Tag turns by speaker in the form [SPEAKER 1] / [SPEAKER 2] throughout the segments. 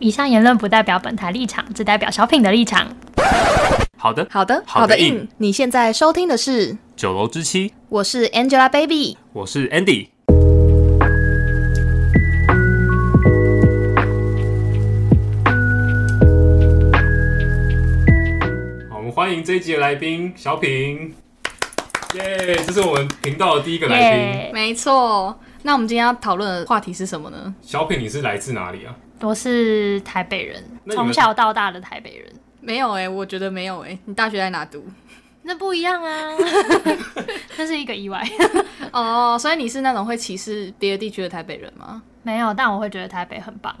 [SPEAKER 1] 以上言论不代表本台立场，只代表小品的立场。
[SPEAKER 2] 好的，
[SPEAKER 3] 好的，
[SPEAKER 2] 好的
[SPEAKER 3] 硬。
[SPEAKER 2] 硬
[SPEAKER 3] 你现在收听的是，
[SPEAKER 2] 九楼之妻，
[SPEAKER 3] 我是 Angelababy。
[SPEAKER 2] 我是 Andy。好，我们欢迎这一集的来宾小品，耶！这是我们频道的第一个来宾。
[SPEAKER 1] 耶、
[SPEAKER 3] 没错，那我们今天要讨论的话题是什么呢？
[SPEAKER 2] 小品，你是来自哪里啊？
[SPEAKER 1] 我是台北人，
[SPEAKER 2] 那你们
[SPEAKER 1] 从小到大的台北人，
[SPEAKER 3] 没有哎、我觉得没有哎、你大学在哪读？
[SPEAKER 1] 那不一样 啊，这是一个意外。
[SPEAKER 3] 哦、所以你是那种会歧视别的地区的台北人吗？
[SPEAKER 1] 没有，但我会觉得台北很棒。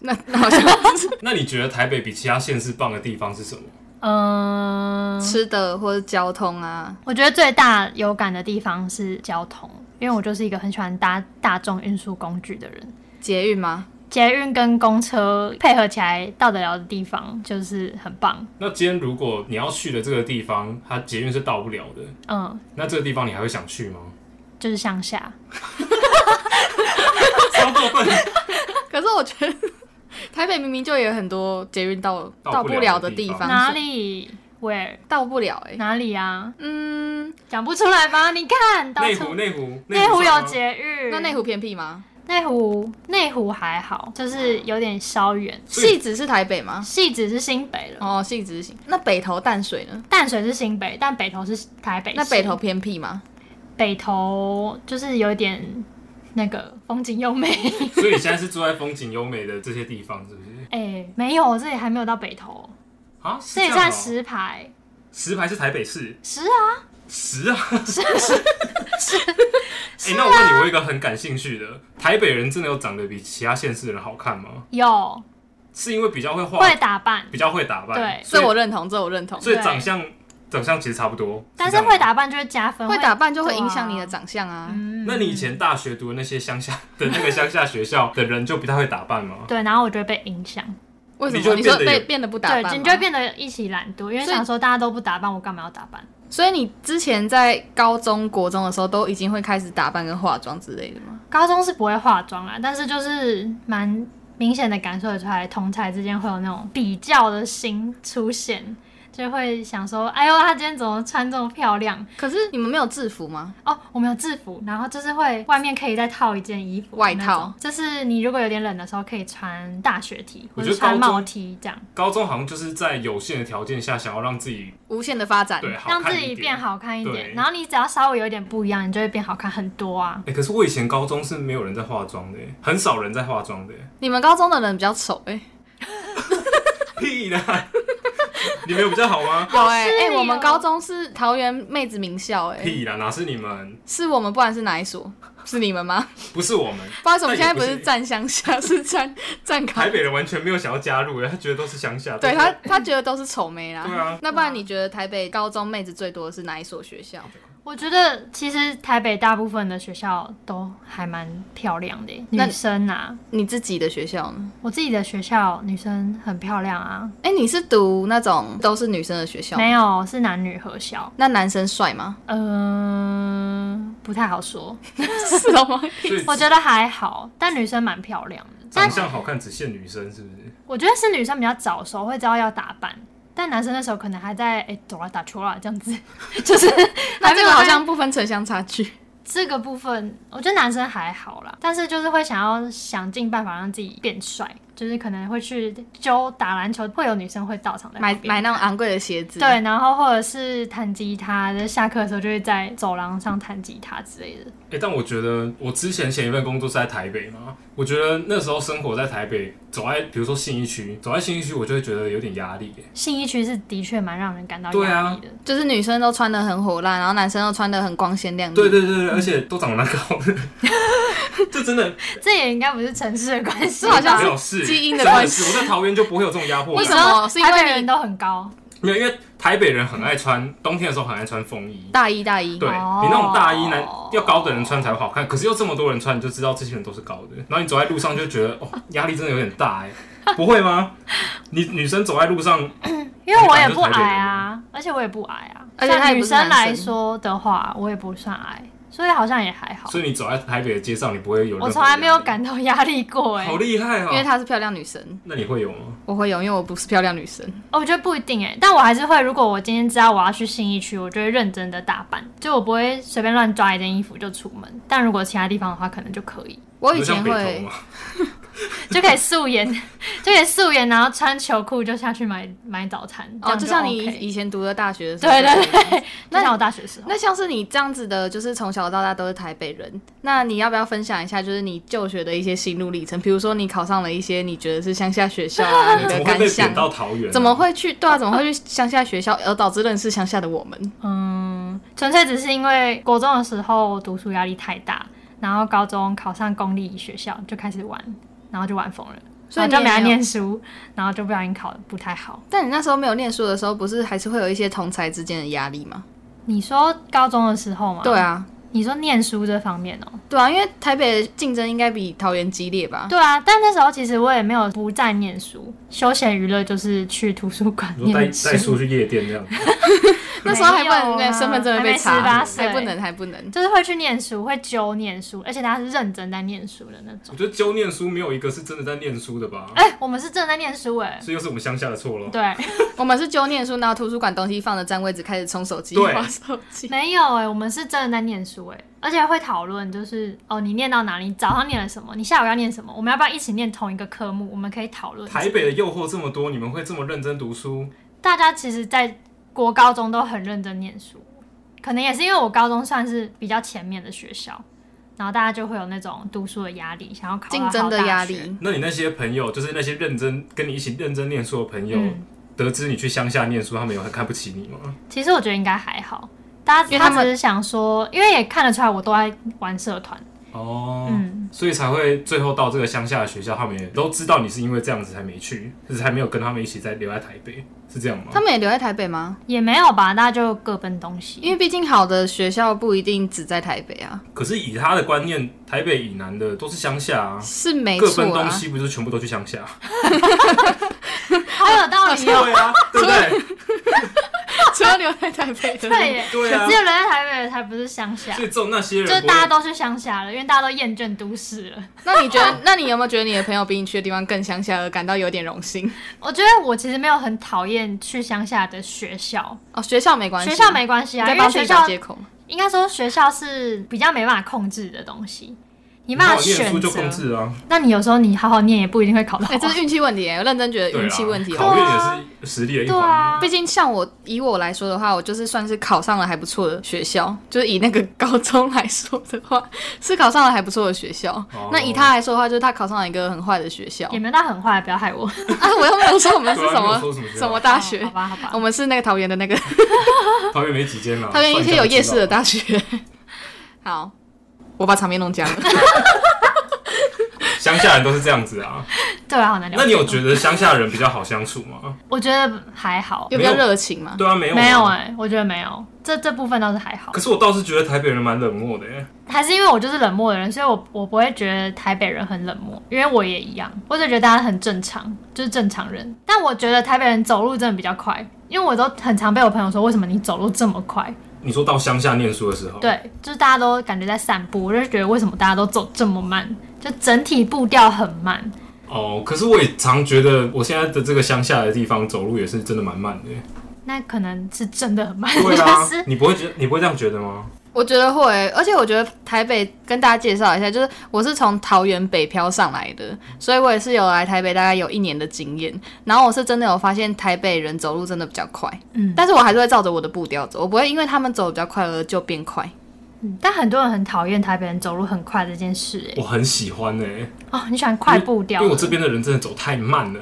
[SPEAKER 3] 那那好像是
[SPEAKER 2] 那你觉得台北比其他县市棒的地方是什么？
[SPEAKER 1] 嗯、
[SPEAKER 3] 吃的或者交通啊，
[SPEAKER 1] 我觉得最大有感的地方是交通，因为我就是一个很喜欢搭大众运输工具的人。
[SPEAKER 3] 捷运吗？
[SPEAKER 1] 捷运跟公车配合起来到得了的地方就是很棒，
[SPEAKER 2] 那今天如果你要去的这个地方，它捷运是到不了的，
[SPEAKER 1] 嗯，
[SPEAKER 2] 那这个地方你还会想去吗？
[SPEAKER 1] 就是向下。
[SPEAKER 2] 超过分！
[SPEAKER 3] 可是我觉得台北明明就有很多捷运到
[SPEAKER 2] 到
[SPEAKER 3] 到
[SPEAKER 2] 不
[SPEAKER 3] 不
[SPEAKER 2] 了的
[SPEAKER 3] 了的
[SPEAKER 2] 地
[SPEAKER 3] 地
[SPEAKER 2] 方
[SPEAKER 3] 方，
[SPEAKER 1] 哪里？Where？
[SPEAKER 3] 到不了哎、
[SPEAKER 1] 哪里啊？
[SPEAKER 3] 嗯，
[SPEAKER 1] 讲不出来吧？你看，到
[SPEAKER 2] 内
[SPEAKER 1] 处
[SPEAKER 2] 湖，内湖，啊
[SPEAKER 1] 内湖
[SPEAKER 2] 算
[SPEAKER 1] 有
[SPEAKER 2] 吗，
[SPEAKER 1] 节日，
[SPEAKER 3] 那内湖偏僻吗？
[SPEAKER 1] 内湖内湖还好，就是有点稍远。
[SPEAKER 2] 所以
[SPEAKER 3] 戏子是台北吗？
[SPEAKER 1] 戏子是新北了，
[SPEAKER 3] 哦，戏子是新那北投淡水呢？
[SPEAKER 1] 淡水是新北，但北投是台北市。
[SPEAKER 3] 那北投偏僻吗？
[SPEAKER 1] 北投就是有点那个风景优 美。
[SPEAKER 2] 所以你现在是住在风景优美的这些地方，是不是？
[SPEAKER 1] 哎、没有，这里还没有到北投，
[SPEAKER 2] 啊，是
[SPEAKER 1] 这里
[SPEAKER 2] 样
[SPEAKER 1] 算
[SPEAKER 2] 哦
[SPEAKER 1] 石牌。
[SPEAKER 2] 石牌是台北市
[SPEAKER 1] 石啊，
[SPEAKER 2] 石 啊，是 是哎、那我问你，我有一个很感兴趣的，台北人真的有长得比其他县市的人好看吗？
[SPEAKER 1] 有
[SPEAKER 2] 是因为比较会画，
[SPEAKER 1] 会打扮，
[SPEAKER 2] 比较会打扮，
[SPEAKER 1] 对
[SPEAKER 2] 所
[SPEAKER 3] 这
[SPEAKER 2] 以
[SPEAKER 3] 我认同，这我认同。
[SPEAKER 2] 所以
[SPEAKER 1] 对
[SPEAKER 2] 长相长相其实差不多，
[SPEAKER 1] 但
[SPEAKER 2] 这
[SPEAKER 1] 是
[SPEAKER 2] 样吗
[SPEAKER 1] 会。打扮就会加分，
[SPEAKER 3] 会打扮就会影响
[SPEAKER 1] 对啊
[SPEAKER 3] 你的长相啊。
[SPEAKER 1] 嗯
[SPEAKER 2] 那你以前大学读的那些乡下的那个乡下学校的人，就不太会打扮吗？
[SPEAKER 1] 对，然后我就会被影响，
[SPEAKER 3] 为什
[SPEAKER 2] 你就
[SPEAKER 3] 么？
[SPEAKER 2] 会
[SPEAKER 3] 你说
[SPEAKER 2] 变得有
[SPEAKER 3] 被变得不打扮吗
[SPEAKER 1] 对，你就会变得一起懒惰，因为
[SPEAKER 3] 所以
[SPEAKER 1] 想说大家都不打扮，我干嘛要打扮？
[SPEAKER 3] 所以你之前在高中、国中的时候都已经会开始打扮跟化妆之类的吗？
[SPEAKER 1] 高中是不会化妆啦，但是就是蛮明显的感受得出来，同才之间会有那种比较的心出现，就会想说，哎呦，她今天怎么穿这么漂亮？
[SPEAKER 3] 可是你们没有制服吗？
[SPEAKER 1] 哦，我们有制服，然后就是会外面可以再套一件衣服，
[SPEAKER 3] 外套，
[SPEAKER 1] 就是你如果有点冷的时候可以穿大学 T
[SPEAKER 2] 我
[SPEAKER 1] 或
[SPEAKER 2] 觉
[SPEAKER 1] 者
[SPEAKER 2] 得
[SPEAKER 1] 穿
[SPEAKER 2] 高中
[SPEAKER 1] 帽 T 这样，
[SPEAKER 2] 高中好像就是在有限的条件下，想要让自己
[SPEAKER 3] 无限的发展，
[SPEAKER 2] 对好看
[SPEAKER 1] 让自
[SPEAKER 2] 一
[SPEAKER 1] 己
[SPEAKER 2] 点
[SPEAKER 1] 变。好看一
[SPEAKER 2] 对
[SPEAKER 1] 点。然后你只要稍微有一点不一样，你就会变好看很多啊。
[SPEAKER 2] 哎、可是我以前高中是没有人在化妆的，欸很少人在化妆的。欸
[SPEAKER 3] 你们高中的人比较丑哎、
[SPEAKER 2] 屁啦！ 你们有比较好吗？
[SPEAKER 3] 有哎、
[SPEAKER 1] 失
[SPEAKER 3] 哎、
[SPEAKER 1] 礼哦
[SPEAKER 3] 我们高中是桃园妹子名校哎、
[SPEAKER 2] 屁啦，哪是你们？
[SPEAKER 3] 是我们不管是哪一所，是你们吗？
[SPEAKER 2] 不是我们。
[SPEAKER 3] 不好意思，我们现在
[SPEAKER 2] 那也不
[SPEAKER 3] 不
[SPEAKER 2] 是
[SPEAKER 3] 是站乡下，是站站高
[SPEAKER 2] 台。北人完全没有想要加入，欸他觉得都是乡下。
[SPEAKER 3] 对
[SPEAKER 2] 不
[SPEAKER 3] 他，他觉得都是丑妹啦。
[SPEAKER 2] 对啊
[SPEAKER 3] 那不然你觉得台北高中妹子最多的是哪一所学校？
[SPEAKER 1] 我觉得其实台北大部分的学校都还蛮漂亮的耶，
[SPEAKER 3] 那
[SPEAKER 1] 女生啊，
[SPEAKER 3] 你自己的学校呢？
[SPEAKER 1] 我自己的学校女生很漂亮啊，
[SPEAKER 3] 哎、你是读那种都是女生的学校吗？
[SPEAKER 1] 没有是男女合校，
[SPEAKER 3] 那男生帅吗？
[SPEAKER 1] 嗯、不太好 说，
[SPEAKER 3] 是
[SPEAKER 1] 哦
[SPEAKER 3] 的 吗？
[SPEAKER 2] 所以
[SPEAKER 1] 我觉得还好，但女生蛮漂亮的，
[SPEAKER 2] 长
[SPEAKER 1] 但
[SPEAKER 2] 相好看只限女生，是不是？
[SPEAKER 1] 我觉得是女生比较早熟会知道要打扮。但男生那时候可能还在哎，走啦打球啦这样 子，就是
[SPEAKER 3] 那这个好
[SPEAKER 1] 还没有在
[SPEAKER 3] 像不分城乡 差距。
[SPEAKER 1] 这个部分，我觉得男生还好啦，但是就是会想要想尽办法让自己变帅，就是可能会去揪打篮球，会有女生会到场在
[SPEAKER 3] 买
[SPEAKER 1] 旁边
[SPEAKER 3] 买那种昂贵的鞋子。，
[SPEAKER 1] 对，然后或者是弹吉他，就是下课的时候就会在走廊上弹吉他之类的。
[SPEAKER 2] 哎、但我觉得我之前前一份工作是在台北嘛，我觉得那时候生活在台北，走在比如说信义区，走在信义区，我就会觉得有点压力欸耶。
[SPEAKER 1] 信义区是的确蛮让人感到
[SPEAKER 2] 对
[SPEAKER 1] 压
[SPEAKER 2] 啊
[SPEAKER 1] 力的，
[SPEAKER 3] 就是女生都穿的很火辣，然后男生都穿的很光鲜亮丽。
[SPEAKER 2] 对对对对，而且都长得蛮高的， 这真的
[SPEAKER 1] 这也应该不是城市的关系
[SPEAKER 3] 这
[SPEAKER 1] 吧，
[SPEAKER 3] 好像
[SPEAKER 2] 没
[SPEAKER 3] 是
[SPEAKER 2] 有事欸
[SPEAKER 3] 基因的
[SPEAKER 2] 真
[SPEAKER 3] 关
[SPEAKER 2] 是我在桃园就不会有这种压迫
[SPEAKER 3] 为
[SPEAKER 2] 感
[SPEAKER 3] 什。么是因为
[SPEAKER 1] 台北
[SPEAKER 3] 你
[SPEAKER 1] 人都很高，
[SPEAKER 2] 没有，因为台北人很爱穿，冬天的时候很爱穿风衣。
[SPEAKER 3] 大一大一。
[SPEAKER 2] 对
[SPEAKER 1] 哦
[SPEAKER 2] 你那种大衣男要高的人穿才会好看，可是又这么多人穿，你就知道这些人都是高的。然后你走在路上就觉得，哦，压力真的有点大 哎、不会吗？你女生走在路上，
[SPEAKER 1] 因为我也不矮啊，而且我也不矮啊，
[SPEAKER 3] 而且他
[SPEAKER 1] 像
[SPEAKER 3] 也
[SPEAKER 1] 女
[SPEAKER 3] 不是男
[SPEAKER 1] 生
[SPEAKER 3] 生
[SPEAKER 1] 来说的话，我也不算矮，所以好像也还好。
[SPEAKER 2] 所以你走在台北的街上，你不会有任何
[SPEAKER 1] 我从来没有
[SPEAKER 2] 压力，
[SPEAKER 1] 感到压力过哎、
[SPEAKER 2] 好厉害
[SPEAKER 3] 因为
[SPEAKER 2] 哦！
[SPEAKER 3] 她是漂亮女神，
[SPEAKER 2] 那你会有吗？
[SPEAKER 3] 我会有，因为我不是漂亮女神。
[SPEAKER 1] 哦我觉得不一定哎、但我还是会，如果我今天知道我要去信义区，我就会认真的打扮，就我不会随便乱抓一件衣服就出门。但如果其他地方的话，可能就可以，
[SPEAKER 3] 我
[SPEAKER 2] 你
[SPEAKER 3] 以
[SPEAKER 2] 会
[SPEAKER 3] 前
[SPEAKER 2] 像北投
[SPEAKER 3] 会
[SPEAKER 2] 吗？
[SPEAKER 1] 就可以素颜， 就可以素颜，然后穿球裤就下去买买早餐。这
[SPEAKER 3] 哦，
[SPEAKER 1] 样
[SPEAKER 3] 就
[SPEAKER 1] 就
[SPEAKER 3] 像你
[SPEAKER 1] OK
[SPEAKER 3] 以前读的大学的时候，
[SPEAKER 1] 对对对，就像我大学的时候。
[SPEAKER 3] 那像是你这样子的，就是从小到大都是台北人，那你要不要分享一下，就是你就学的一些心路历程？比如说你考上了一些你觉得是乡下学 校啊，你
[SPEAKER 2] 你怎
[SPEAKER 3] 的
[SPEAKER 2] 么会
[SPEAKER 3] 感
[SPEAKER 2] 被贬
[SPEAKER 3] 想？
[SPEAKER 2] 到桃园？
[SPEAKER 3] 怎么？会去对啊？怎么会去乡下学校，而 导致认识乡下的我们？
[SPEAKER 1] 嗯，纯粹只是因为国中的时候读书压力太大，然后高中考上公立学校就开始玩，然后就玩疯了，
[SPEAKER 3] 所以
[SPEAKER 1] 然后就
[SPEAKER 3] 你
[SPEAKER 1] 没
[SPEAKER 3] 也
[SPEAKER 1] 来
[SPEAKER 3] 没有
[SPEAKER 1] 念书，然后就不小心考的不太好。
[SPEAKER 3] 但你那时候没有念书的时候，不是还是会有一些同才之间的压力吗？
[SPEAKER 1] 你说高中的时候吗？
[SPEAKER 3] 对，啊，
[SPEAKER 1] 你说念书这方面哦、
[SPEAKER 3] 对啊，因为台北的竞争应该比桃园激烈吧？
[SPEAKER 1] 对啊，但那时候其实我也没有不在念书，休闲娱乐就是去图书馆
[SPEAKER 2] 你说带
[SPEAKER 1] 念
[SPEAKER 2] 带
[SPEAKER 1] 书，
[SPEAKER 2] 书去夜店这样子？
[SPEAKER 3] 那时候还不能、
[SPEAKER 1] 没有啊
[SPEAKER 3] 身份证会被
[SPEAKER 1] 还
[SPEAKER 3] 查，
[SPEAKER 1] 没18岁
[SPEAKER 3] 还不能还不能。
[SPEAKER 1] 就是会去念书，会揪念书，而且大家是认真在念书的那种
[SPEAKER 2] 我。觉得教念书没有一个是真的在念书的吧，
[SPEAKER 1] 哎、我们是正在念书哎、
[SPEAKER 2] 所以又是我们乡下的错咯。
[SPEAKER 1] 对。
[SPEAKER 3] 我们是揪念书，然后图书馆东西放的占位置，开始冲手机、
[SPEAKER 2] 对
[SPEAKER 3] 划手机。
[SPEAKER 1] 没有哎、我们是真的在念书哎、而且会讨论，就是哦，你念到哪里？早上念了什么？你下午要念什么？我们要不要一起念同一个科目？我们可以讨论。
[SPEAKER 2] 台北的诱惑这么多，你们会这么认真读书？
[SPEAKER 1] 大家其实，在国高中都很认真念书，可能也是因为我高中算是比较前面的学校，然后大家就会有那种读书的压力，想要考到
[SPEAKER 3] 竞争
[SPEAKER 1] 好
[SPEAKER 3] 的
[SPEAKER 1] 大学
[SPEAKER 3] 压。力，
[SPEAKER 2] 那你那些朋友，就是那些认真跟你一起认真念书的朋友，
[SPEAKER 1] 嗯，
[SPEAKER 2] 得知你去乡下念书，他们有很看不起你吗？
[SPEAKER 1] 其实我觉得应该还好，大家
[SPEAKER 3] 因为他
[SPEAKER 1] 只
[SPEAKER 3] 们
[SPEAKER 1] 是想说，因为也看得出来我都在玩社团，
[SPEAKER 2] 哦，
[SPEAKER 1] 嗯，
[SPEAKER 2] 所以才会最后到这个乡下的学校，他们也都知道你是因为这样子才没去，就是才没有跟他们一起在留在台北，是这样吗
[SPEAKER 3] 他？们也留在台北吗？
[SPEAKER 1] 也没有吧，大家就各奔东西。
[SPEAKER 3] 因为毕竟好的学校不一定只在台北啊，
[SPEAKER 2] 可是以他的观念，台北以南的都是乡下啊，
[SPEAKER 3] 是没
[SPEAKER 2] 各奔
[SPEAKER 3] 错
[SPEAKER 2] 东
[SPEAKER 3] 啊。
[SPEAKER 2] 西不就是全部都去乡下？啊
[SPEAKER 1] 好有道理 哦，
[SPEAKER 2] 对啊，对不对？
[SPEAKER 3] 除
[SPEAKER 1] 啊
[SPEAKER 3] 了留在台北的人，
[SPEAKER 1] 对耶。
[SPEAKER 2] 对啊
[SPEAKER 1] 只，有人在台北才不是乡下，
[SPEAKER 2] 所以只有那些
[SPEAKER 1] 就是
[SPEAKER 2] 人不会
[SPEAKER 1] 大家都去乡下了，因为大家都厌倦都市了。
[SPEAKER 3] 那你觉得？ 那你有没有觉得你的朋友比你去的地方更乡下，而感到有点荣幸？
[SPEAKER 1] 我觉得我其实没有很讨厌去乡下的学校，
[SPEAKER 3] 哦，学校没关系，
[SPEAKER 1] 学校没关系
[SPEAKER 3] 你
[SPEAKER 1] 啊，
[SPEAKER 3] 在
[SPEAKER 1] 因为
[SPEAKER 3] 帮自
[SPEAKER 1] 学
[SPEAKER 3] 己找
[SPEAKER 1] 校
[SPEAKER 3] 借口吗。
[SPEAKER 1] 应该说学校是比较没办法控制的东西，你没办
[SPEAKER 2] 好
[SPEAKER 1] 法
[SPEAKER 2] 好念
[SPEAKER 1] 选
[SPEAKER 2] 书就控
[SPEAKER 1] 择。
[SPEAKER 2] 制啊，
[SPEAKER 1] 那你有时候你好好念也不一定会考到
[SPEAKER 3] 哎、。这是运气问题、欸，我认真觉得
[SPEAKER 2] 对
[SPEAKER 3] 运气问题
[SPEAKER 2] 啊，
[SPEAKER 3] 哦。
[SPEAKER 2] 考验也是实力的一
[SPEAKER 1] 对
[SPEAKER 2] 环。
[SPEAKER 1] 啊，
[SPEAKER 3] 毕竟像我以我来说的话，我就是算是考上了还不错的学校，就是以那个高中来说的话，是考上了还不错的学校。
[SPEAKER 2] 哦
[SPEAKER 3] 那以他来说的话，就是他考上了一个很坏的学校
[SPEAKER 1] 也没有到很坏，不要害我。
[SPEAKER 3] 啊！我又没有说我们是
[SPEAKER 2] 对啊啊
[SPEAKER 3] 什么、
[SPEAKER 2] 你有说什么学校
[SPEAKER 3] 么大学
[SPEAKER 1] 好，吧，好吧
[SPEAKER 3] 我。们是那个桃园的那个
[SPEAKER 2] 桃园没几间啊啦，
[SPEAKER 3] 桃园一些有夜市的
[SPEAKER 2] 算
[SPEAKER 3] 大学。 好，我把场面弄僵 了。
[SPEAKER 2] 一下就知道乡下人都是这样子啊。
[SPEAKER 1] 对啊，好难聊。
[SPEAKER 2] 那你有觉得乡下人比较好相处吗？
[SPEAKER 1] 我觉得还好，
[SPEAKER 3] 有比较热情吗？
[SPEAKER 2] 对啊，没有，
[SPEAKER 1] 嗯没有
[SPEAKER 2] 啊。
[SPEAKER 1] 哎，我觉得没有，这这部分倒是还好
[SPEAKER 2] 可。是我倒是觉得台北人蛮冷漠的欸耶，
[SPEAKER 1] 还是因为我就是冷漠的人，所以我我不会觉得台北人很冷漠，因为我也一样，我只觉得大家很正常，就是正常人。但我觉得台北人走路真的比较快，因为我都很常被我朋友说，为什么你走路这么快？
[SPEAKER 2] 你说到乡下念书的时候，，
[SPEAKER 1] 对，就是大家都感觉在散步，我就觉得为什么大家都走这么慢，就整体步调很慢。
[SPEAKER 2] 哦，可是我也常觉得我现在的这个乡下的地方走路也是真的蛮慢的耶。
[SPEAKER 1] 那可能是真的很慢，
[SPEAKER 2] 对啊
[SPEAKER 1] 就，是
[SPEAKER 2] 你不会觉得你不会这样觉得吗？
[SPEAKER 3] 我觉得会，而且我觉得台北跟大家介绍一下，就是我是从桃园北漂上来的，所以我也是有来台北大概有一年的经验。然后我是真的有发现台北人走路真的比较快，
[SPEAKER 1] 嗯
[SPEAKER 3] 但是我还是会照着我的步调走，我不会因为他们走得比较快而就变快。
[SPEAKER 1] 嗯但很多人很讨厌台北人走路很快这件事、欸。
[SPEAKER 2] 我很喜欢诶，
[SPEAKER 1] 哦，你喜欢快步调
[SPEAKER 2] 因为我？这边的人真的走太慢了。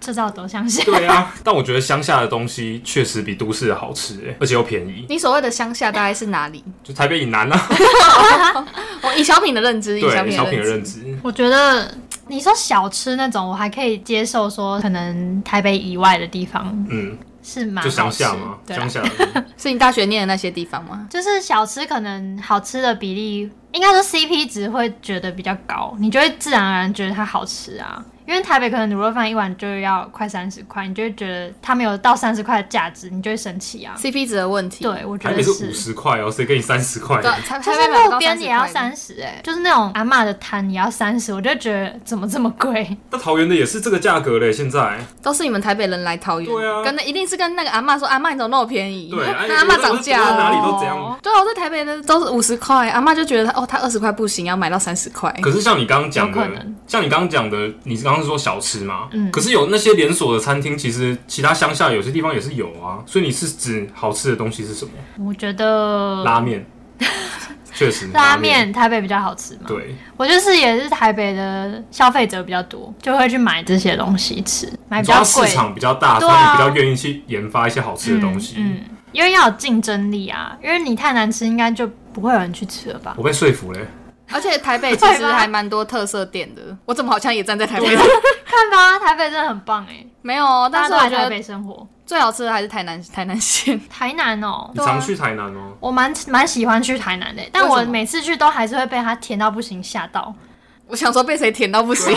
[SPEAKER 1] 这招我都相信。
[SPEAKER 2] 对啊，但我觉得乡下的东西确实比都市的好吃诶，而且又便宜，
[SPEAKER 3] 你所谓的乡下大概是哪里？
[SPEAKER 2] 就台北以南啊。
[SPEAKER 3] 我以小品的认知，以小
[SPEAKER 2] 对，
[SPEAKER 3] 品
[SPEAKER 2] 小
[SPEAKER 3] 的
[SPEAKER 2] 品的
[SPEAKER 3] 认知，
[SPEAKER 2] 认知，
[SPEAKER 1] 我觉得你说小吃那种，我还可以接受，说可能台北以外的地方
[SPEAKER 2] 嗯，
[SPEAKER 1] 是蛮
[SPEAKER 2] 就
[SPEAKER 1] 好
[SPEAKER 2] 乡
[SPEAKER 1] 吃
[SPEAKER 2] 下嘛，
[SPEAKER 1] 对啦啊
[SPEAKER 2] 乡下。
[SPEAKER 3] 是你大学念的那些地方吗？
[SPEAKER 1] 就是小吃可能好吃的比例，应该说 CP 值会觉得比较高，你就会自然而然觉得它好吃啊。因为台北可能卤肉饭一碗就要快三十块，你就会觉得它没有到三十块的价值，你就会生气啊。
[SPEAKER 3] CP 值的问题。
[SPEAKER 1] 对，我觉
[SPEAKER 2] 台
[SPEAKER 1] 得
[SPEAKER 2] 北
[SPEAKER 1] 是
[SPEAKER 2] 是五。十块哦，谁给你三十块？
[SPEAKER 3] 对，台
[SPEAKER 1] 就
[SPEAKER 3] 台
[SPEAKER 1] 是
[SPEAKER 3] 北买不
[SPEAKER 1] 路
[SPEAKER 3] 到
[SPEAKER 1] 边也要
[SPEAKER 3] 30块
[SPEAKER 1] 三十哎，就是那种阿嬷的摊也要三十，我就觉得怎么这么贵？
[SPEAKER 2] 那桃园的也是这个价格嘞，现在
[SPEAKER 3] 都是你们台北人来
[SPEAKER 1] 嗯
[SPEAKER 3] 桃园，
[SPEAKER 2] 对啊
[SPEAKER 3] 跟那一定是跟那个阿嬷说，阿嬷你怎么那么便宜？
[SPEAKER 2] 对，哎
[SPEAKER 3] 那阿嬷涨价
[SPEAKER 2] 我在
[SPEAKER 3] 了。
[SPEAKER 2] 哪里都这样。
[SPEAKER 1] 哦
[SPEAKER 3] 对啊，我在台北的都是五十块，阿嬷就觉得哦，她二十块不行，要买到三十块。
[SPEAKER 2] 可是像你刚刚讲
[SPEAKER 1] 有可
[SPEAKER 2] 的
[SPEAKER 1] 能，
[SPEAKER 2] 像你刚刚讲的，你刚刚是说小吃嘛？
[SPEAKER 1] 嗯
[SPEAKER 2] 可是有那些连锁的餐厅，其实其他乡下有些地方也是有啊。所以你是指好吃的东西是什么？
[SPEAKER 1] 我觉得
[SPEAKER 2] 拉 面，确实
[SPEAKER 1] 嗯拉。面台北比较好吃嘛。
[SPEAKER 2] 对，
[SPEAKER 1] 我就是也是台北的消费者比较多，就会去买这些东西吃，买比
[SPEAKER 2] 主
[SPEAKER 1] 较
[SPEAKER 2] 要市
[SPEAKER 1] 贵，
[SPEAKER 2] 场比较大，
[SPEAKER 1] 对
[SPEAKER 2] 所
[SPEAKER 1] 啊
[SPEAKER 2] 以你比较愿意去研发一些好吃的东西。
[SPEAKER 1] 嗯，嗯因为要有竞争力啊，因为你太难吃，应该就不会有人去吃了吧？
[SPEAKER 2] 我被说服嘞，
[SPEAKER 3] 而且台北其
[SPEAKER 1] 对
[SPEAKER 3] 实
[SPEAKER 1] 吧
[SPEAKER 3] 还蛮多特色店
[SPEAKER 1] 啊
[SPEAKER 3] 的，我怎么好像也站在台北？
[SPEAKER 1] 看吧，台北真的很棒哎、
[SPEAKER 3] 没有哦，但
[SPEAKER 1] 啊大家
[SPEAKER 3] 是
[SPEAKER 1] 都来
[SPEAKER 3] 我觉
[SPEAKER 1] 台
[SPEAKER 3] 得
[SPEAKER 1] 北生活，
[SPEAKER 3] 最好吃的还是台南台南县。
[SPEAKER 1] 台南哦、
[SPEAKER 2] 你常去台南哦、
[SPEAKER 1] 我蛮蛮喜欢去台南的、欸但
[SPEAKER 3] 为什
[SPEAKER 1] 我
[SPEAKER 3] 么
[SPEAKER 1] 每次去都还是会被它甜到不行吓 到。
[SPEAKER 3] 我想说被谁舔到 不行，？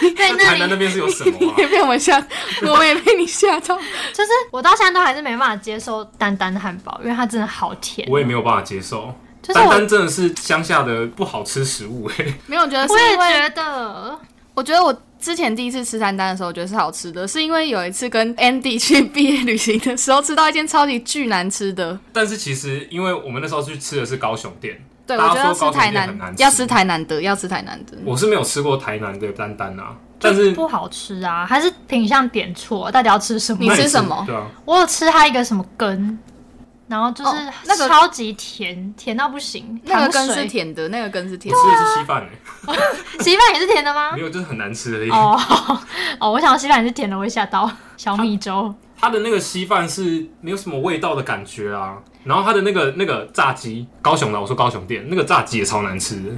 [SPEAKER 1] 对，
[SPEAKER 2] 台
[SPEAKER 1] 那
[SPEAKER 2] 南那
[SPEAKER 1] 里
[SPEAKER 2] 边是有什么啊
[SPEAKER 3] 也被我们吓，我们也被你吓到。
[SPEAKER 1] 就是我到现在都还是没办法接受丹丹汉堡，因为它真的好甜。
[SPEAKER 2] 我也没有办法接受。
[SPEAKER 1] 就是
[SPEAKER 2] 丹
[SPEAKER 1] 我，
[SPEAKER 2] 丹真的是乡下的不好吃食物哎、
[SPEAKER 3] 没有，我觉得是
[SPEAKER 1] 我也
[SPEAKER 3] 因为
[SPEAKER 1] 觉得，
[SPEAKER 3] 我觉得我之前第一次吃丹丹的时候，我觉得是好吃的，是因为有一次跟 Andy 去毕业旅行的时候，吃到一间超级巨难吃的。
[SPEAKER 2] 但是其实因为我们那时候去吃的是高雄店，
[SPEAKER 1] 嗯
[SPEAKER 3] 对，我
[SPEAKER 2] 大
[SPEAKER 3] 觉
[SPEAKER 2] 家
[SPEAKER 3] 得要
[SPEAKER 2] 说高
[SPEAKER 3] 吃台
[SPEAKER 2] 雄店很
[SPEAKER 3] 南
[SPEAKER 2] 难，吃
[SPEAKER 3] 要吃台南的，要吃台南的。
[SPEAKER 2] 我是没有吃过台南的丹丹啊，但是
[SPEAKER 1] 不好吃啊，还是品相点错，到底要吃什么
[SPEAKER 3] 你？
[SPEAKER 2] 那
[SPEAKER 3] 吃什么
[SPEAKER 2] 对啊，
[SPEAKER 1] 我有吃它一个什么根，然后就是
[SPEAKER 3] 哦那个
[SPEAKER 1] 超级甜，甜到不行。
[SPEAKER 3] 那个
[SPEAKER 1] 糖
[SPEAKER 3] 根
[SPEAKER 1] 水
[SPEAKER 3] 是，甜的，那个根是
[SPEAKER 2] 我
[SPEAKER 1] 啊
[SPEAKER 3] 甜的。
[SPEAKER 2] 吃的是稀饭哎、
[SPEAKER 1] 稀饭也是甜的吗
[SPEAKER 2] 没？有就是很难吃而已。
[SPEAKER 1] 啊哦 哦，我想稀饭也是甜的，我会吓到。小米粥，
[SPEAKER 2] 它的那个稀饭是没有什么味道的感觉啊，然后它的那个那个炸鸡，高雄的我说高雄店那个炸鸡也超难吃的，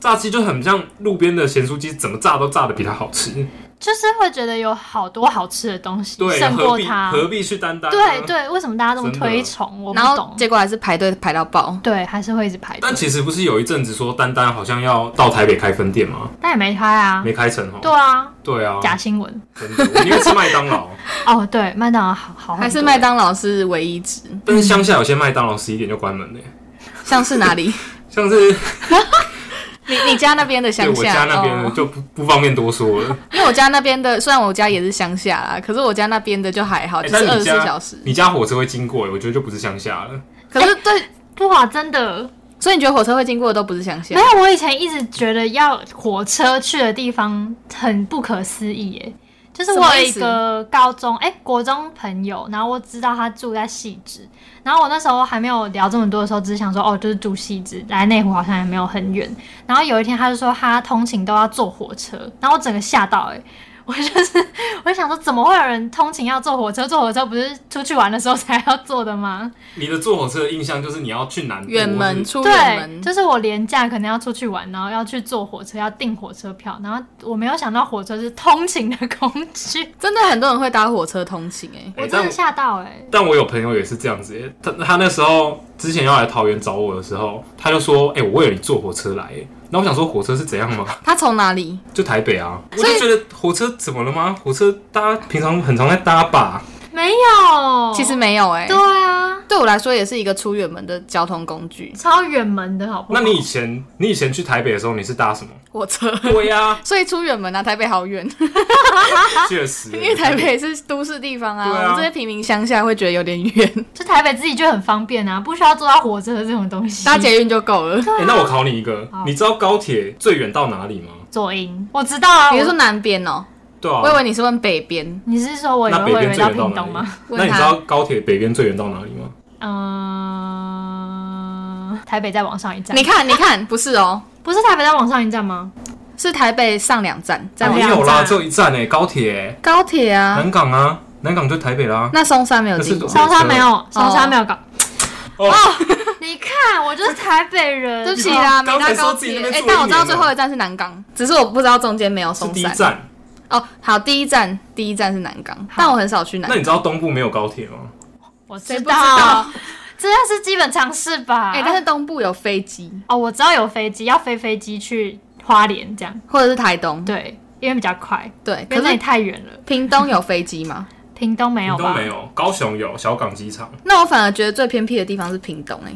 [SPEAKER 2] 炸鸡就很像路边的咸酥鸡，怎么炸都炸的比它好吃。
[SPEAKER 1] 就是会觉得有好多好吃的东西
[SPEAKER 2] 对，
[SPEAKER 1] 胜
[SPEAKER 2] 何
[SPEAKER 1] 过
[SPEAKER 2] 必
[SPEAKER 1] 它。
[SPEAKER 2] 何必去担当？
[SPEAKER 1] 对。对，为什么大家这么
[SPEAKER 2] 真的
[SPEAKER 1] 推崇？我不
[SPEAKER 3] 然后
[SPEAKER 1] 懂。
[SPEAKER 3] 结果还是排队排到爆。
[SPEAKER 1] 对，还是会一直排队
[SPEAKER 2] 但，其实不是有一阵子说丹丹好像要到台北开分店吗？
[SPEAKER 1] 但也没开啊。
[SPEAKER 2] 没开成哦。
[SPEAKER 1] 对啊，
[SPEAKER 2] 对啊，
[SPEAKER 1] 假新闻。
[SPEAKER 2] 真的，我宁愿吃麦当 劳。
[SPEAKER 1] 哦，对，麦当劳好好很
[SPEAKER 3] 还是
[SPEAKER 1] 多
[SPEAKER 3] 麦当劳是唯一值，
[SPEAKER 2] 但是乡下有些麦当劳十一点就关门嘞、
[SPEAKER 3] 像是哪里？
[SPEAKER 2] 像是
[SPEAKER 3] 你你家那边的
[SPEAKER 2] 对
[SPEAKER 3] 乡
[SPEAKER 2] 我
[SPEAKER 3] 下？
[SPEAKER 2] 家那边的
[SPEAKER 3] 哦
[SPEAKER 2] 就不、不方便多说了。
[SPEAKER 3] 因为我家那边的，虽然我家也是乡下啦，可是我家那边的就还好，
[SPEAKER 2] 欸
[SPEAKER 3] 就
[SPEAKER 2] 但
[SPEAKER 3] 是
[SPEAKER 2] 是
[SPEAKER 3] 二
[SPEAKER 2] 你
[SPEAKER 3] 十四
[SPEAKER 2] 家
[SPEAKER 3] 小时。
[SPEAKER 2] 你家火车会经过、我觉得就不是乡下了。
[SPEAKER 3] 可是对，
[SPEAKER 1] 哎哇，真的
[SPEAKER 3] 所以你觉得火车会经过的都不是乡下
[SPEAKER 1] 没？有，我以前一直觉得要火车去的地方很不可思议耶。就是
[SPEAKER 3] 什
[SPEAKER 1] 我
[SPEAKER 3] 么
[SPEAKER 1] 有
[SPEAKER 3] 意
[SPEAKER 1] 一
[SPEAKER 3] 思
[SPEAKER 1] 个高中哎、国中朋友，然后我知道他住在汐止，然后我那时候还没有聊这么多的时候，只是想说哦，就是住汐止，来内湖好像也没有很远。然后有一天他就说他通勤都要坐火车，然后我整个吓到哎、 我就是我就想说怎么会有人通勤要坐火车？坐火车不是出去玩的时候才要坐的吗？
[SPEAKER 2] 你的坐火车的印象就是你要去南部
[SPEAKER 3] 远
[SPEAKER 2] 或
[SPEAKER 3] 门
[SPEAKER 2] 是
[SPEAKER 3] 出远
[SPEAKER 1] 对，
[SPEAKER 3] 门，
[SPEAKER 1] 就是我廉价可能要出去玩，然后要去坐火车，要订火车票，然后我没有想到火车是通勤的工具，
[SPEAKER 3] 真的很多人会搭火车通勤哎、
[SPEAKER 2] 欸
[SPEAKER 1] 我真的
[SPEAKER 2] 但
[SPEAKER 1] 吓到哎、欸！
[SPEAKER 2] 但我有朋友也是这样子、欸，他他那时候之前要来桃园找我的时候，他就说：“哎、我为了你坐火车来、欸。”那我想说火车是怎样吗？
[SPEAKER 3] 他从哪里？
[SPEAKER 2] 就台北啊，我
[SPEAKER 3] 所以
[SPEAKER 2] 就觉得火车怎么了吗？火车大家平常很常在搭吧？
[SPEAKER 1] 没有，
[SPEAKER 3] 其实没有哎、
[SPEAKER 1] 哦对啊，
[SPEAKER 3] 对我来说也是一个出远门的交通工具，
[SPEAKER 1] 超远门的好
[SPEAKER 3] 哦
[SPEAKER 1] 不好？
[SPEAKER 2] 那你以前你以前去台北的时候你是搭什么？
[SPEAKER 3] 火车。
[SPEAKER 2] 对呀、
[SPEAKER 3] 所以出远门啊，台北好远，
[SPEAKER 1] 啊
[SPEAKER 2] 确实欸，
[SPEAKER 3] 因为台北是都市地方啊，
[SPEAKER 2] 对啊
[SPEAKER 3] 我们这些平民乡下会觉得有点远，
[SPEAKER 1] 就台北自己就很方便啊，不需要坐到火车这种东西。
[SPEAKER 3] 搭捷运就够 了。
[SPEAKER 2] 欸那我考你一个
[SPEAKER 1] 好，
[SPEAKER 2] 你知道高铁最远到哪里吗？
[SPEAKER 1] 左营，我知道啊。
[SPEAKER 3] 比如说
[SPEAKER 1] 我
[SPEAKER 3] 南边哦、
[SPEAKER 2] 对啊
[SPEAKER 3] 我，以为你是问北边，
[SPEAKER 1] 你是说我以
[SPEAKER 2] 那
[SPEAKER 1] 为
[SPEAKER 2] 北
[SPEAKER 1] 会以
[SPEAKER 2] 边
[SPEAKER 1] 为
[SPEAKER 2] 最
[SPEAKER 1] 到
[SPEAKER 2] 远
[SPEAKER 1] 屏
[SPEAKER 2] 哪
[SPEAKER 1] 东吗
[SPEAKER 2] 里？？
[SPEAKER 3] 问
[SPEAKER 2] 那你
[SPEAKER 3] 他
[SPEAKER 2] 知道高铁北边最远到哪里吗？
[SPEAKER 1] 嗯、台北再往上一站
[SPEAKER 3] 你，看，你看，不是哦、
[SPEAKER 1] 不是台北再往上一站吗？
[SPEAKER 3] 是台北上两站，站
[SPEAKER 1] 哦
[SPEAKER 2] 啊没
[SPEAKER 1] 两
[SPEAKER 2] 有啦，
[SPEAKER 1] 站
[SPEAKER 2] 只有一站诶，高铁欸
[SPEAKER 3] 高铁啊，
[SPEAKER 2] 南港啊，南港就台北啦。
[SPEAKER 3] 那松山没有进
[SPEAKER 2] 那
[SPEAKER 3] 过
[SPEAKER 2] 是。
[SPEAKER 1] 松山没有，松山没有搞。
[SPEAKER 2] 哦，
[SPEAKER 1] 你看，我就是台北人，哦
[SPEAKER 3] 对不起啦，没
[SPEAKER 2] 刚才
[SPEAKER 3] 搭高
[SPEAKER 2] 说自己
[SPEAKER 3] 铁
[SPEAKER 2] 那。边
[SPEAKER 3] 哎、
[SPEAKER 2] 住
[SPEAKER 3] 但
[SPEAKER 2] 一
[SPEAKER 3] 我知道
[SPEAKER 2] 年
[SPEAKER 3] 最
[SPEAKER 2] 了
[SPEAKER 3] 后一站是南港，只是我不知道中间没有
[SPEAKER 2] 是
[SPEAKER 3] 松
[SPEAKER 2] 第一
[SPEAKER 3] 山。
[SPEAKER 2] 站。啊
[SPEAKER 3] 哦，好，第一站，第一站是南港，但我很少去南
[SPEAKER 2] 那
[SPEAKER 3] 港
[SPEAKER 2] 你。知道东部没有高铁吗？
[SPEAKER 1] 我知
[SPEAKER 3] 谁不知
[SPEAKER 1] 道
[SPEAKER 3] 道，？
[SPEAKER 1] 这是基本常识吧？
[SPEAKER 3] 哎、但是东部有飞机，
[SPEAKER 1] 哦，我知道有飞机，要飞飞机去花莲这样，
[SPEAKER 3] 或者是台东。
[SPEAKER 1] 对，因为比较快，
[SPEAKER 3] 对，
[SPEAKER 1] 因为
[SPEAKER 3] 可
[SPEAKER 1] 那里
[SPEAKER 3] 是
[SPEAKER 1] 太远了。
[SPEAKER 3] 屏东有飞 机吗？
[SPEAKER 1] 屏东没有
[SPEAKER 2] 都
[SPEAKER 1] 吧？
[SPEAKER 2] 没有，高雄有小港机场，
[SPEAKER 3] 那我反而觉得最偏僻的地方是屏东哎、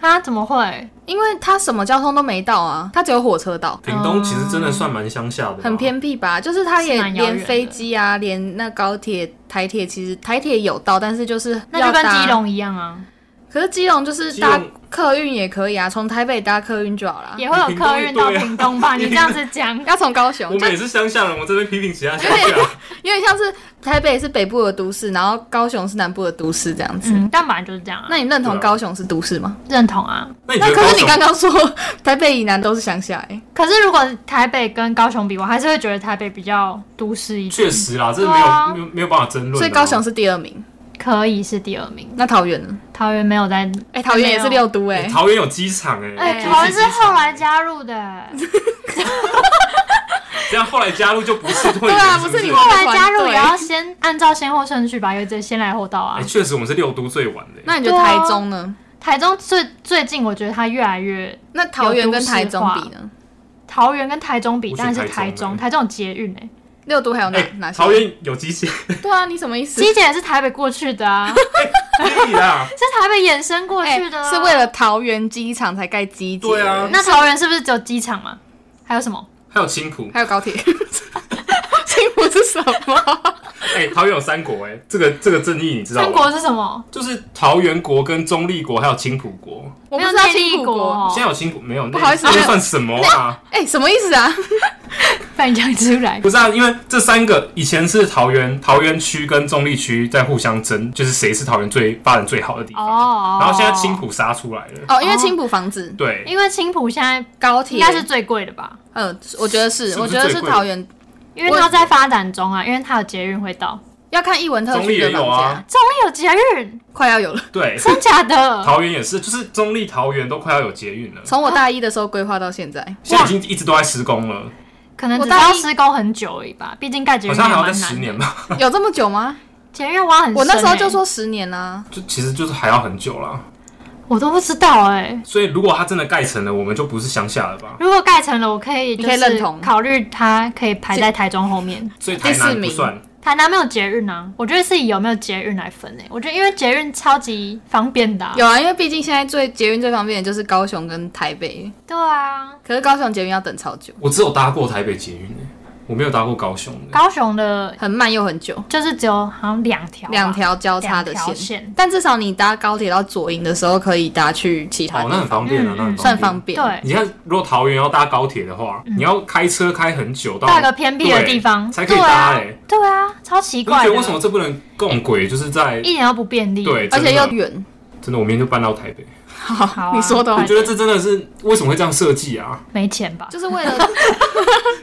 [SPEAKER 1] 啊？怎么会？
[SPEAKER 3] 因为它什么交通都没到啊，它只有火车到，
[SPEAKER 2] 屏东其实真的算蛮乡下的，
[SPEAKER 3] 很。偏僻吧？就是它
[SPEAKER 1] 是
[SPEAKER 3] 也
[SPEAKER 1] 蛮遥远
[SPEAKER 3] 连
[SPEAKER 1] 的
[SPEAKER 3] 飞机啊，连那高铁、台铁，其实台铁有到，但是就是
[SPEAKER 1] 那就
[SPEAKER 3] 要
[SPEAKER 1] 跟
[SPEAKER 3] 搭
[SPEAKER 1] 基，隆一样啊，
[SPEAKER 3] 可是基隆就是
[SPEAKER 2] 基隆
[SPEAKER 3] 搭客运也可以啊，从台北搭客运就好了，
[SPEAKER 1] 也会有客运到屏东吧？
[SPEAKER 2] 屏东
[SPEAKER 1] 你
[SPEAKER 2] 一堆啊
[SPEAKER 1] 这样子 讲，嗯
[SPEAKER 3] 要从高
[SPEAKER 2] 我
[SPEAKER 3] 雄，就
[SPEAKER 2] 们也是乡下人，我这边批评其他乡
[SPEAKER 3] 有
[SPEAKER 2] 下。
[SPEAKER 3] 有点像是台北是北部的都市，然后高雄是南部的都市这样子。
[SPEAKER 1] 嗯，但本来就是这样啊。
[SPEAKER 3] 那你认同
[SPEAKER 2] 对啊
[SPEAKER 3] 高雄是都市吗？
[SPEAKER 1] 认同啊。
[SPEAKER 2] 那你觉
[SPEAKER 3] 那
[SPEAKER 2] 得
[SPEAKER 3] 可
[SPEAKER 2] 高
[SPEAKER 3] 是你
[SPEAKER 2] 雄？
[SPEAKER 3] 刚刚说 台北以南都是乡下哎、
[SPEAKER 1] 可是如果台北跟高雄比，我还是会觉得台北比较都市一点。
[SPEAKER 2] 确实啦，这没
[SPEAKER 1] 对啊
[SPEAKER 2] 有没有没有办法争论啊。
[SPEAKER 3] 所以高雄是第二名。
[SPEAKER 1] 可以是第二名，
[SPEAKER 3] 那桃园呢？
[SPEAKER 1] 桃园没有在。
[SPEAKER 3] 哎、桃园也是六都哎、
[SPEAKER 2] 欸桃园有机场哎，
[SPEAKER 1] 哎、
[SPEAKER 2] 就是
[SPEAKER 1] 桃园
[SPEAKER 2] 机
[SPEAKER 1] 是
[SPEAKER 2] 场
[SPEAKER 1] 后来加入的、
[SPEAKER 2] 这样后来加入就不是会
[SPEAKER 3] 对啊
[SPEAKER 2] 员
[SPEAKER 3] 不是你
[SPEAKER 1] 后来加入也要先按照先后顺序吧，有这先来后到啊
[SPEAKER 2] 哎，。确实我们是六都最晚的欸。
[SPEAKER 3] 那你觉得
[SPEAKER 1] 对
[SPEAKER 3] 台
[SPEAKER 1] 啊
[SPEAKER 3] 中呢？
[SPEAKER 1] 台中最最近，我觉得它越来越。
[SPEAKER 3] 那桃园跟台中比呢？
[SPEAKER 1] 桃园跟台中比，
[SPEAKER 2] 我选
[SPEAKER 1] 当然是
[SPEAKER 2] 台
[SPEAKER 1] 台
[SPEAKER 2] 中
[SPEAKER 1] 中，
[SPEAKER 2] 欸
[SPEAKER 1] 台中有捷运哎、
[SPEAKER 3] 六都还有哪、
[SPEAKER 2] 哎
[SPEAKER 3] 哪些？
[SPEAKER 2] 桃园有机 械
[SPEAKER 3] 对啊，你什么意思？
[SPEAKER 1] 机姐也是台北过去的啊，
[SPEAKER 2] 可以啦，
[SPEAKER 1] 是台北衍生过
[SPEAKER 3] 哎
[SPEAKER 1] 去的、啊
[SPEAKER 3] 是为了桃园机场才盖机捷，
[SPEAKER 2] 对啊
[SPEAKER 1] 那桃园是不是只有机场嘛？还有什么？
[SPEAKER 2] 还有青浦，
[SPEAKER 3] 还有高铁。 幸福是什么？
[SPEAKER 2] 哎，桃园有三国哎，这个这个正义你知道
[SPEAKER 1] 中
[SPEAKER 2] 吗？
[SPEAKER 1] 国是什么？
[SPEAKER 2] 就是桃园国跟中立国还有青浦国，
[SPEAKER 3] 我
[SPEAKER 1] 没有
[SPEAKER 3] 不知道
[SPEAKER 1] 内
[SPEAKER 3] 青
[SPEAKER 1] 地
[SPEAKER 3] 浦
[SPEAKER 1] 国
[SPEAKER 3] 国。
[SPEAKER 1] 哦，
[SPEAKER 2] 现在有青浦没有？
[SPEAKER 3] 不好意思
[SPEAKER 2] 那
[SPEAKER 3] 没
[SPEAKER 2] 这
[SPEAKER 3] 有
[SPEAKER 2] 算什么啊？
[SPEAKER 3] 哎、什么意思啊？
[SPEAKER 1] 被你讲出 来。
[SPEAKER 2] 不是啊，因为这三个以前是桃园桃园区跟中立区在互相争，就是谁是桃园最发展最好的地
[SPEAKER 1] 哦
[SPEAKER 2] 方。然后现在青
[SPEAKER 1] 浦，
[SPEAKER 2] 浦杀出来了，
[SPEAKER 3] 哦，因为
[SPEAKER 1] 哦
[SPEAKER 3] 青浦房子、
[SPEAKER 2] 对，
[SPEAKER 1] 因为青浦现在
[SPEAKER 3] 高铁
[SPEAKER 1] 应该是最贵的吧？
[SPEAKER 3] 嗯，我觉得是，
[SPEAKER 2] 是不是
[SPEAKER 3] 我觉得
[SPEAKER 2] 最
[SPEAKER 3] 是
[SPEAKER 2] 贵
[SPEAKER 3] 桃园，
[SPEAKER 1] 因为它在发展中啊，因为它有捷运会到，
[SPEAKER 3] 要看艺文特
[SPEAKER 2] 中立
[SPEAKER 3] 区
[SPEAKER 2] 也
[SPEAKER 3] 的
[SPEAKER 2] 有
[SPEAKER 3] 房价
[SPEAKER 2] 啊，，
[SPEAKER 1] 中立有捷运，
[SPEAKER 3] 快要有了。
[SPEAKER 2] 对，
[SPEAKER 1] 真假的？
[SPEAKER 2] 桃园也是，就是中立桃园都快要有捷运了，
[SPEAKER 3] 从我大一的时候规划到现在，
[SPEAKER 2] 现在已经一直都在施工了，
[SPEAKER 1] 可能
[SPEAKER 3] 我
[SPEAKER 1] 只是
[SPEAKER 3] 大
[SPEAKER 1] 要
[SPEAKER 3] 一
[SPEAKER 1] 施工很久而已吧，毕竟盖捷
[SPEAKER 2] 好
[SPEAKER 1] 运
[SPEAKER 2] 像还要
[SPEAKER 1] 蛮
[SPEAKER 2] 在
[SPEAKER 1] 难
[SPEAKER 2] 十年
[SPEAKER 1] 的。
[SPEAKER 2] 吧，
[SPEAKER 3] 有这么久吗？
[SPEAKER 1] 捷运挖很深欸，
[SPEAKER 3] 我那时候就说十年啊啦、
[SPEAKER 2] 就其实就是还要很久啦。
[SPEAKER 1] 我都不知道哎。
[SPEAKER 2] 所以如果它真的盖成了，我们就不是乡下了吧？
[SPEAKER 1] 如果盖成了，我可以
[SPEAKER 3] 你
[SPEAKER 1] 就
[SPEAKER 3] 可以认
[SPEAKER 1] 是
[SPEAKER 3] 同
[SPEAKER 1] 考虑它可以排在台中后面。
[SPEAKER 2] 所以台
[SPEAKER 3] 第四
[SPEAKER 2] 南不
[SPEAKER 3] 名
[SPEAKER 2] 算，
[SPEAKER 1] 台南没有捷运啊，我觉得是以有没有捷运来分诶、欸我觉得因为捷运超级方便的、啊，
[SPEAKER 3] 有啊，因为毕竟现在最捷运最方便的就是高雄跟台北，
[SPEAKER 1] 对啊，
[SPEAKER 3] 可是高雄捷运要等超久，
[SPEAKER 2] 我只有搭过台北捷运、欸，我没有搭过高雄的。
[SPEAKER 1] 高雄的
[SPEAKER 3] 很慢又很久，
[SPEAKER 1] 就是只有好像两条吧
[SPEAKER 3] 两条交叉的
[SPEAKER 1] 两条
[SPEAKER 3] 线。
[SPEAKER 1] 线，
[SPEAKER 3] 但至少你搭高铁到左营的时候，可以搭去其他
[SPEAKER 2] 哦，
[SPEAKER 3] 地
[SPEAKER 2] 那
[SPEAKER 3] 方，
[SPEAKER 2] 很方便啊，
[SPEAKER 1] 嗯
[SPEAKER 2] 那很
[SPEAKER 1] 嗯
[SPEAKER 3] 算方
[SPEAKER 2] 方便。
[SPEAKER 3] 便。，
[SPEAKER 1] 对，
[SPEAKER 2] 你看，如果桃园要搭高铁的话，你要开车开很久到
[SPEAKER 1] 到一个偏僻的
[SPEAKER 2] 哦对
[SPEAKER 1] 地方
[SPEAKER 2] 才可以搭
[SPEAKER 1] 对啊
[SPEAKER 2] 欸
[SPEAKER 1] 对啊，超奇
[SPEAKER 2] 我就觉
[SPEAKER 1] 怪的，
[SPEAKER 2] 得为什么这不能共轨？就是在
[SPEAKER 1] 一点都不便利？
[SPEAKER 2] 对，
[SPEAKER 3] 而且
[SPEAKER 2] 真
[SPEAKER 3] 又
[SPEAKER 2] 的
[SPEAKER 3] 远。
[SPEAKER 2] 真的，我明天就搬到台北。
[SPEAKER 3] 好，
[SPEAKER 1] 好啊
[SPEAKER 3] 你说的哦
[SPEAKER 2] 我，觉得这真的是为什么会这样设计 啊？
[SPEAKER 1] 没钱吧？
[SPEAKER 3] 就是为了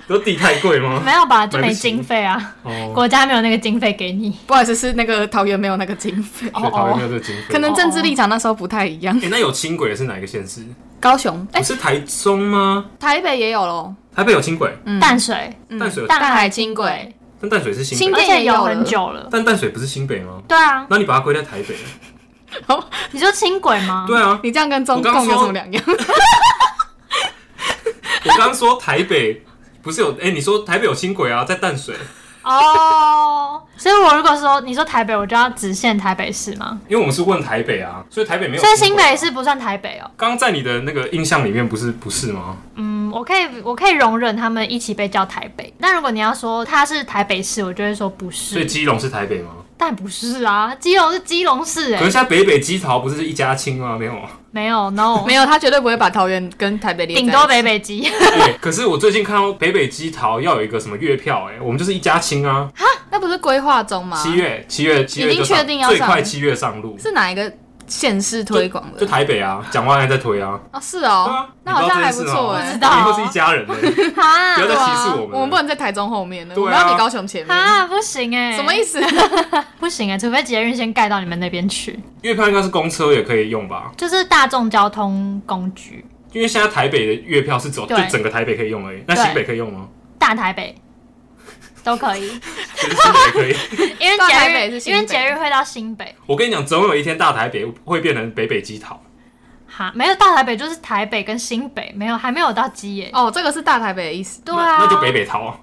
[SPEAKER 2] 有底太贵吗？
[SPEAKER 1] 没有吧，就
[SPEAKER 2] 买
[SPEAKER 1] 没
[SPEAKER 2] 不起
[SPEAKER 1] 经费啊，
[SPEAKER 2] 哦，
[SPEAKER 1] 国家没有那个经费给你。
[SPEAKER 3] 不好意思，是那个桃园没有那个经费，
[SPEAKER 2] 对，桃园没有这个经费。
[SPEAKER 3] 可能政治立场那时候不太一样。
[SPEAKER 2] 哎、那有轻轨的是哪一个县市？
[SPEAKER 3] 高雄，哎、
[SPEAKER 2] 不是台中吗？
[SPEAKER 3] 台北也有喽，
[SPEAKER 2] 台北有轻轨，
[SPEAKER 3] 嗯
[SPEAKER 1] 淡水、
[SPEAKER 3] 嗯
[SPEAKER 2] 淡水有，
[SPEAKER 1] 淡
[SPEAKER 3] 淡海
[SPEAKER 1] 海
[SPEAKER 3] 轻
[SPEAKER 1] 轻
[SPEAKER 3] 轨
[SPEAKER 1] 轨，
[SPEAKER 2] 但淡水是新
[SPEAKER 3] 新
[SPEAKER 1] 而
[SPEAKER 2] 北，
[SPEAKER 3] 店也
[SPEAKER 1] 且有
[SPEAKER 3] 有了
[SPEAKER 1] 很久了。
[SPEAKER 2] 但淡水不是新北吗？
[SPEAKER 1] 对啊，
[SPEAKER 2] 那你把它归在台北？
[SPEAKER 1] 你说轻轨吗？
[SPEAKER 2] 对啊，
[SPEAKER 3] 你这样跟中
[SPEAKER 2] 我刚
[SPEAKER 3] 共
[SPEAKER 2] 说
[SPEAKER 3] 有什么两样？
[SPEAKER 2] 我刚刚说台北不是有哎、你说台北有轻轨啊，在淡水，
[SPEAKER 1] 哦，所以我如果说你说台北，我就要只限台北市吗？
[SPEAKER 2] 因为我们是问台北啊，所以台北没有。啊
[SPEAKER 1] 所以新北，市不算台北哦。
[SPEAKER 2] 刚在你的那个印象里面不是不是吗？
[SPEAKER 1] 嗯，我可以我可以容忍他们一起被叫台北。但如果你要说它是台北市，我就会说不
[SPEAKER 2] 所
[SPEAKER 3] 嗯
[SPEAKER 2] 以
[SPEAKER 1] 是，
[SPEAKER 2] 基隆是台北吗？
[SPEAKER 1] 但不是啊，基隆是基隆市哎、
[SPEAKER 2] 可是现在北北基桃不是一家亲吗？没有啊。
[SPEAKER 1] 没有 no，
[SPEAKER 3] 没有，他绝对不会把桃园跟台北连在
[SPEAKER 1] 顶
[SPEAKER 3] 一起。
[SPEAKER 1] 多北北 基。
[SPEAKER 2] 对，可是我最近看到北北基桃要有一个什么月票、哎，我们就是一家亲啊。
[SPEAKER 3] 那不是规划中吗？
[SPEAKER 2] 七月，七月，七月
[SPEAKER 3] 已经
[SPEAKER 2] 就上
[SPEAKER 3] 确定要
[SPEAKER 2] 最
[SPEAKER 3] 上
[SPEAKER 2] 快
[SPEAKER 3] 了
[SPEAKER 2] 七月上路。
[SPEAKER 3] 是哪一个县市推广
[SPEAKER 2] 就
[SPEAKER 3] 的？
[SPEAKER 2] 台北 啊，蒋万安在推啊，
[SPEAKER 3] 哦，是哦，那好像还不错
[SPEAKER 1] 不
[SPEAKER 3] 哎
[SPEAKER 1] 知。道
[SPEAKER 2] 以后是一家人呢，
[SPEAKER 1] 哈
[SPEAKER 2] 不要再
[SPEAKER 3] 对啊
[SPEAKER 2] 歧视我们了
[SPEAKER 3] 我们不能在台中后面了，
[SPEAKER 2] 对啊
[SPEAKER 3] 我们要比高雄前面。
[SPEAKER 1] 哈，不行哎、
[SPEAKER 3] 什么意
[SPEAKER 1] 思？
[SPEAKER 3] 思？
[SPEAKER 1] 不行哎、除非捷运先盖到你们那边去，
[SPEAKER 2] 月票应该是公车也可以用吧？
[SPEAKER 1] 就是大众交通工具，
[SPEAKER 2] 因为现在台北的月票是走就
[SPEAKER 1] 对
[SPEAKER 2] 整个台北可以用而已，那
[SPEAKER 1] 对
[SPEAKER 2] 新北可以用吗？
[SPEAKER 1] 大台北都可 以，
[SPEAKER 2] 其实新北可以。
[SPEAKER 1] 因为
[SPEAKER 3] 大台
[SPEAKER 1] 捷
[SPEAKER 3] 北
[SPEAKER 1] 运
[SPEAKER 3] 是新
[SPEAKER 1] 因为
[SPEAKER 3] 北
[SPEAKER 1] 捷运会到新北。
[SPEAKER 2] 我跟你讲，总有一天大台北会变成北北基桃，
[SPEAKER 1] 哈，没有大台北就是台北跟新北，没有还没有到基耶。
[SPEAKER 3] 哦，这个是大台北的意思。
[SPEAKER 1] 对啊，
[SPEAKER 2] 那就北北桃。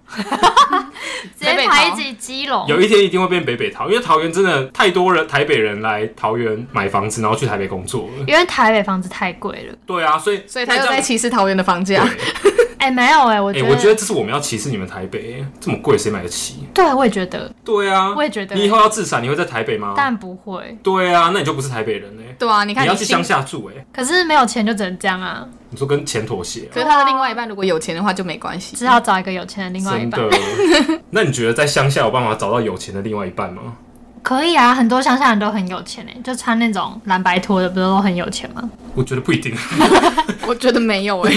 [SPEAKER 1] 直接排挤基隆。
[SPEAKER 2] 有一天一定会变北北桃，因为桃园真的太多人，台北人来桃园买房子，然后去台北工作了。
[SPEAKER 1] 因为台北房子太贵了，
[SPEAKER 2] 对啊，所以
[SPEAKER 3] 所以他又
[SPEAKER 2] 那这
[SPEAKER 3] 在
[SPEAKER 2] 样
[SPEAKER 3] 歧视桃园的房价。
[SPEAKER 2] 对，
[SPEAKER 1] 哎、没有哎、我觉
[SPEAKER 2] 哎，
[SPEAKER 1] 得，
[SPEAKER 2] 我觉得这是我们要歧视你们台北，这么贵谁买得起？
[SPEAKER 1] 对，我也觉得，
[SPEAKER 2] 对啊，
[SPEAKER 1] 我也觉得
[SPEAKER 2] 你以后要自产，你会在台北吗？
[SPEAKER 1] 但不会。
[SPEAKER 2] 对啊，那你就不是台北人嘞，
[SPEAKER 3] 对啊，你看
[SPEAKER 2] 你要去
[SPEAKER 3] 信
[SPEAKER 2] 乡下住哎，
[SPEAKER 1] 可是没有钱就只能这样啊，
[SPEAKER 2] 你说跟钱妥协啊，
[SPEAKER 3] 可是他的另外一半如果有钱的话就没 关系。
[SPEAKER 1] 只好找一个有钱的另外一
[SPEAKER 2] 真
[SPEAKER 1] 半。
[SPEAKER 2] 的。 那你觉得在乡下有办法找到有钱的另外一半吗？
[SPEAKER 1] 可以啊，很多乡下人都很有钱哎、就穿那种蓝白拖的，不是都很有钱吗？
[SPEAKER 2] 我觉得不一定，
[SPEAKER 3] 我觉得没有哎、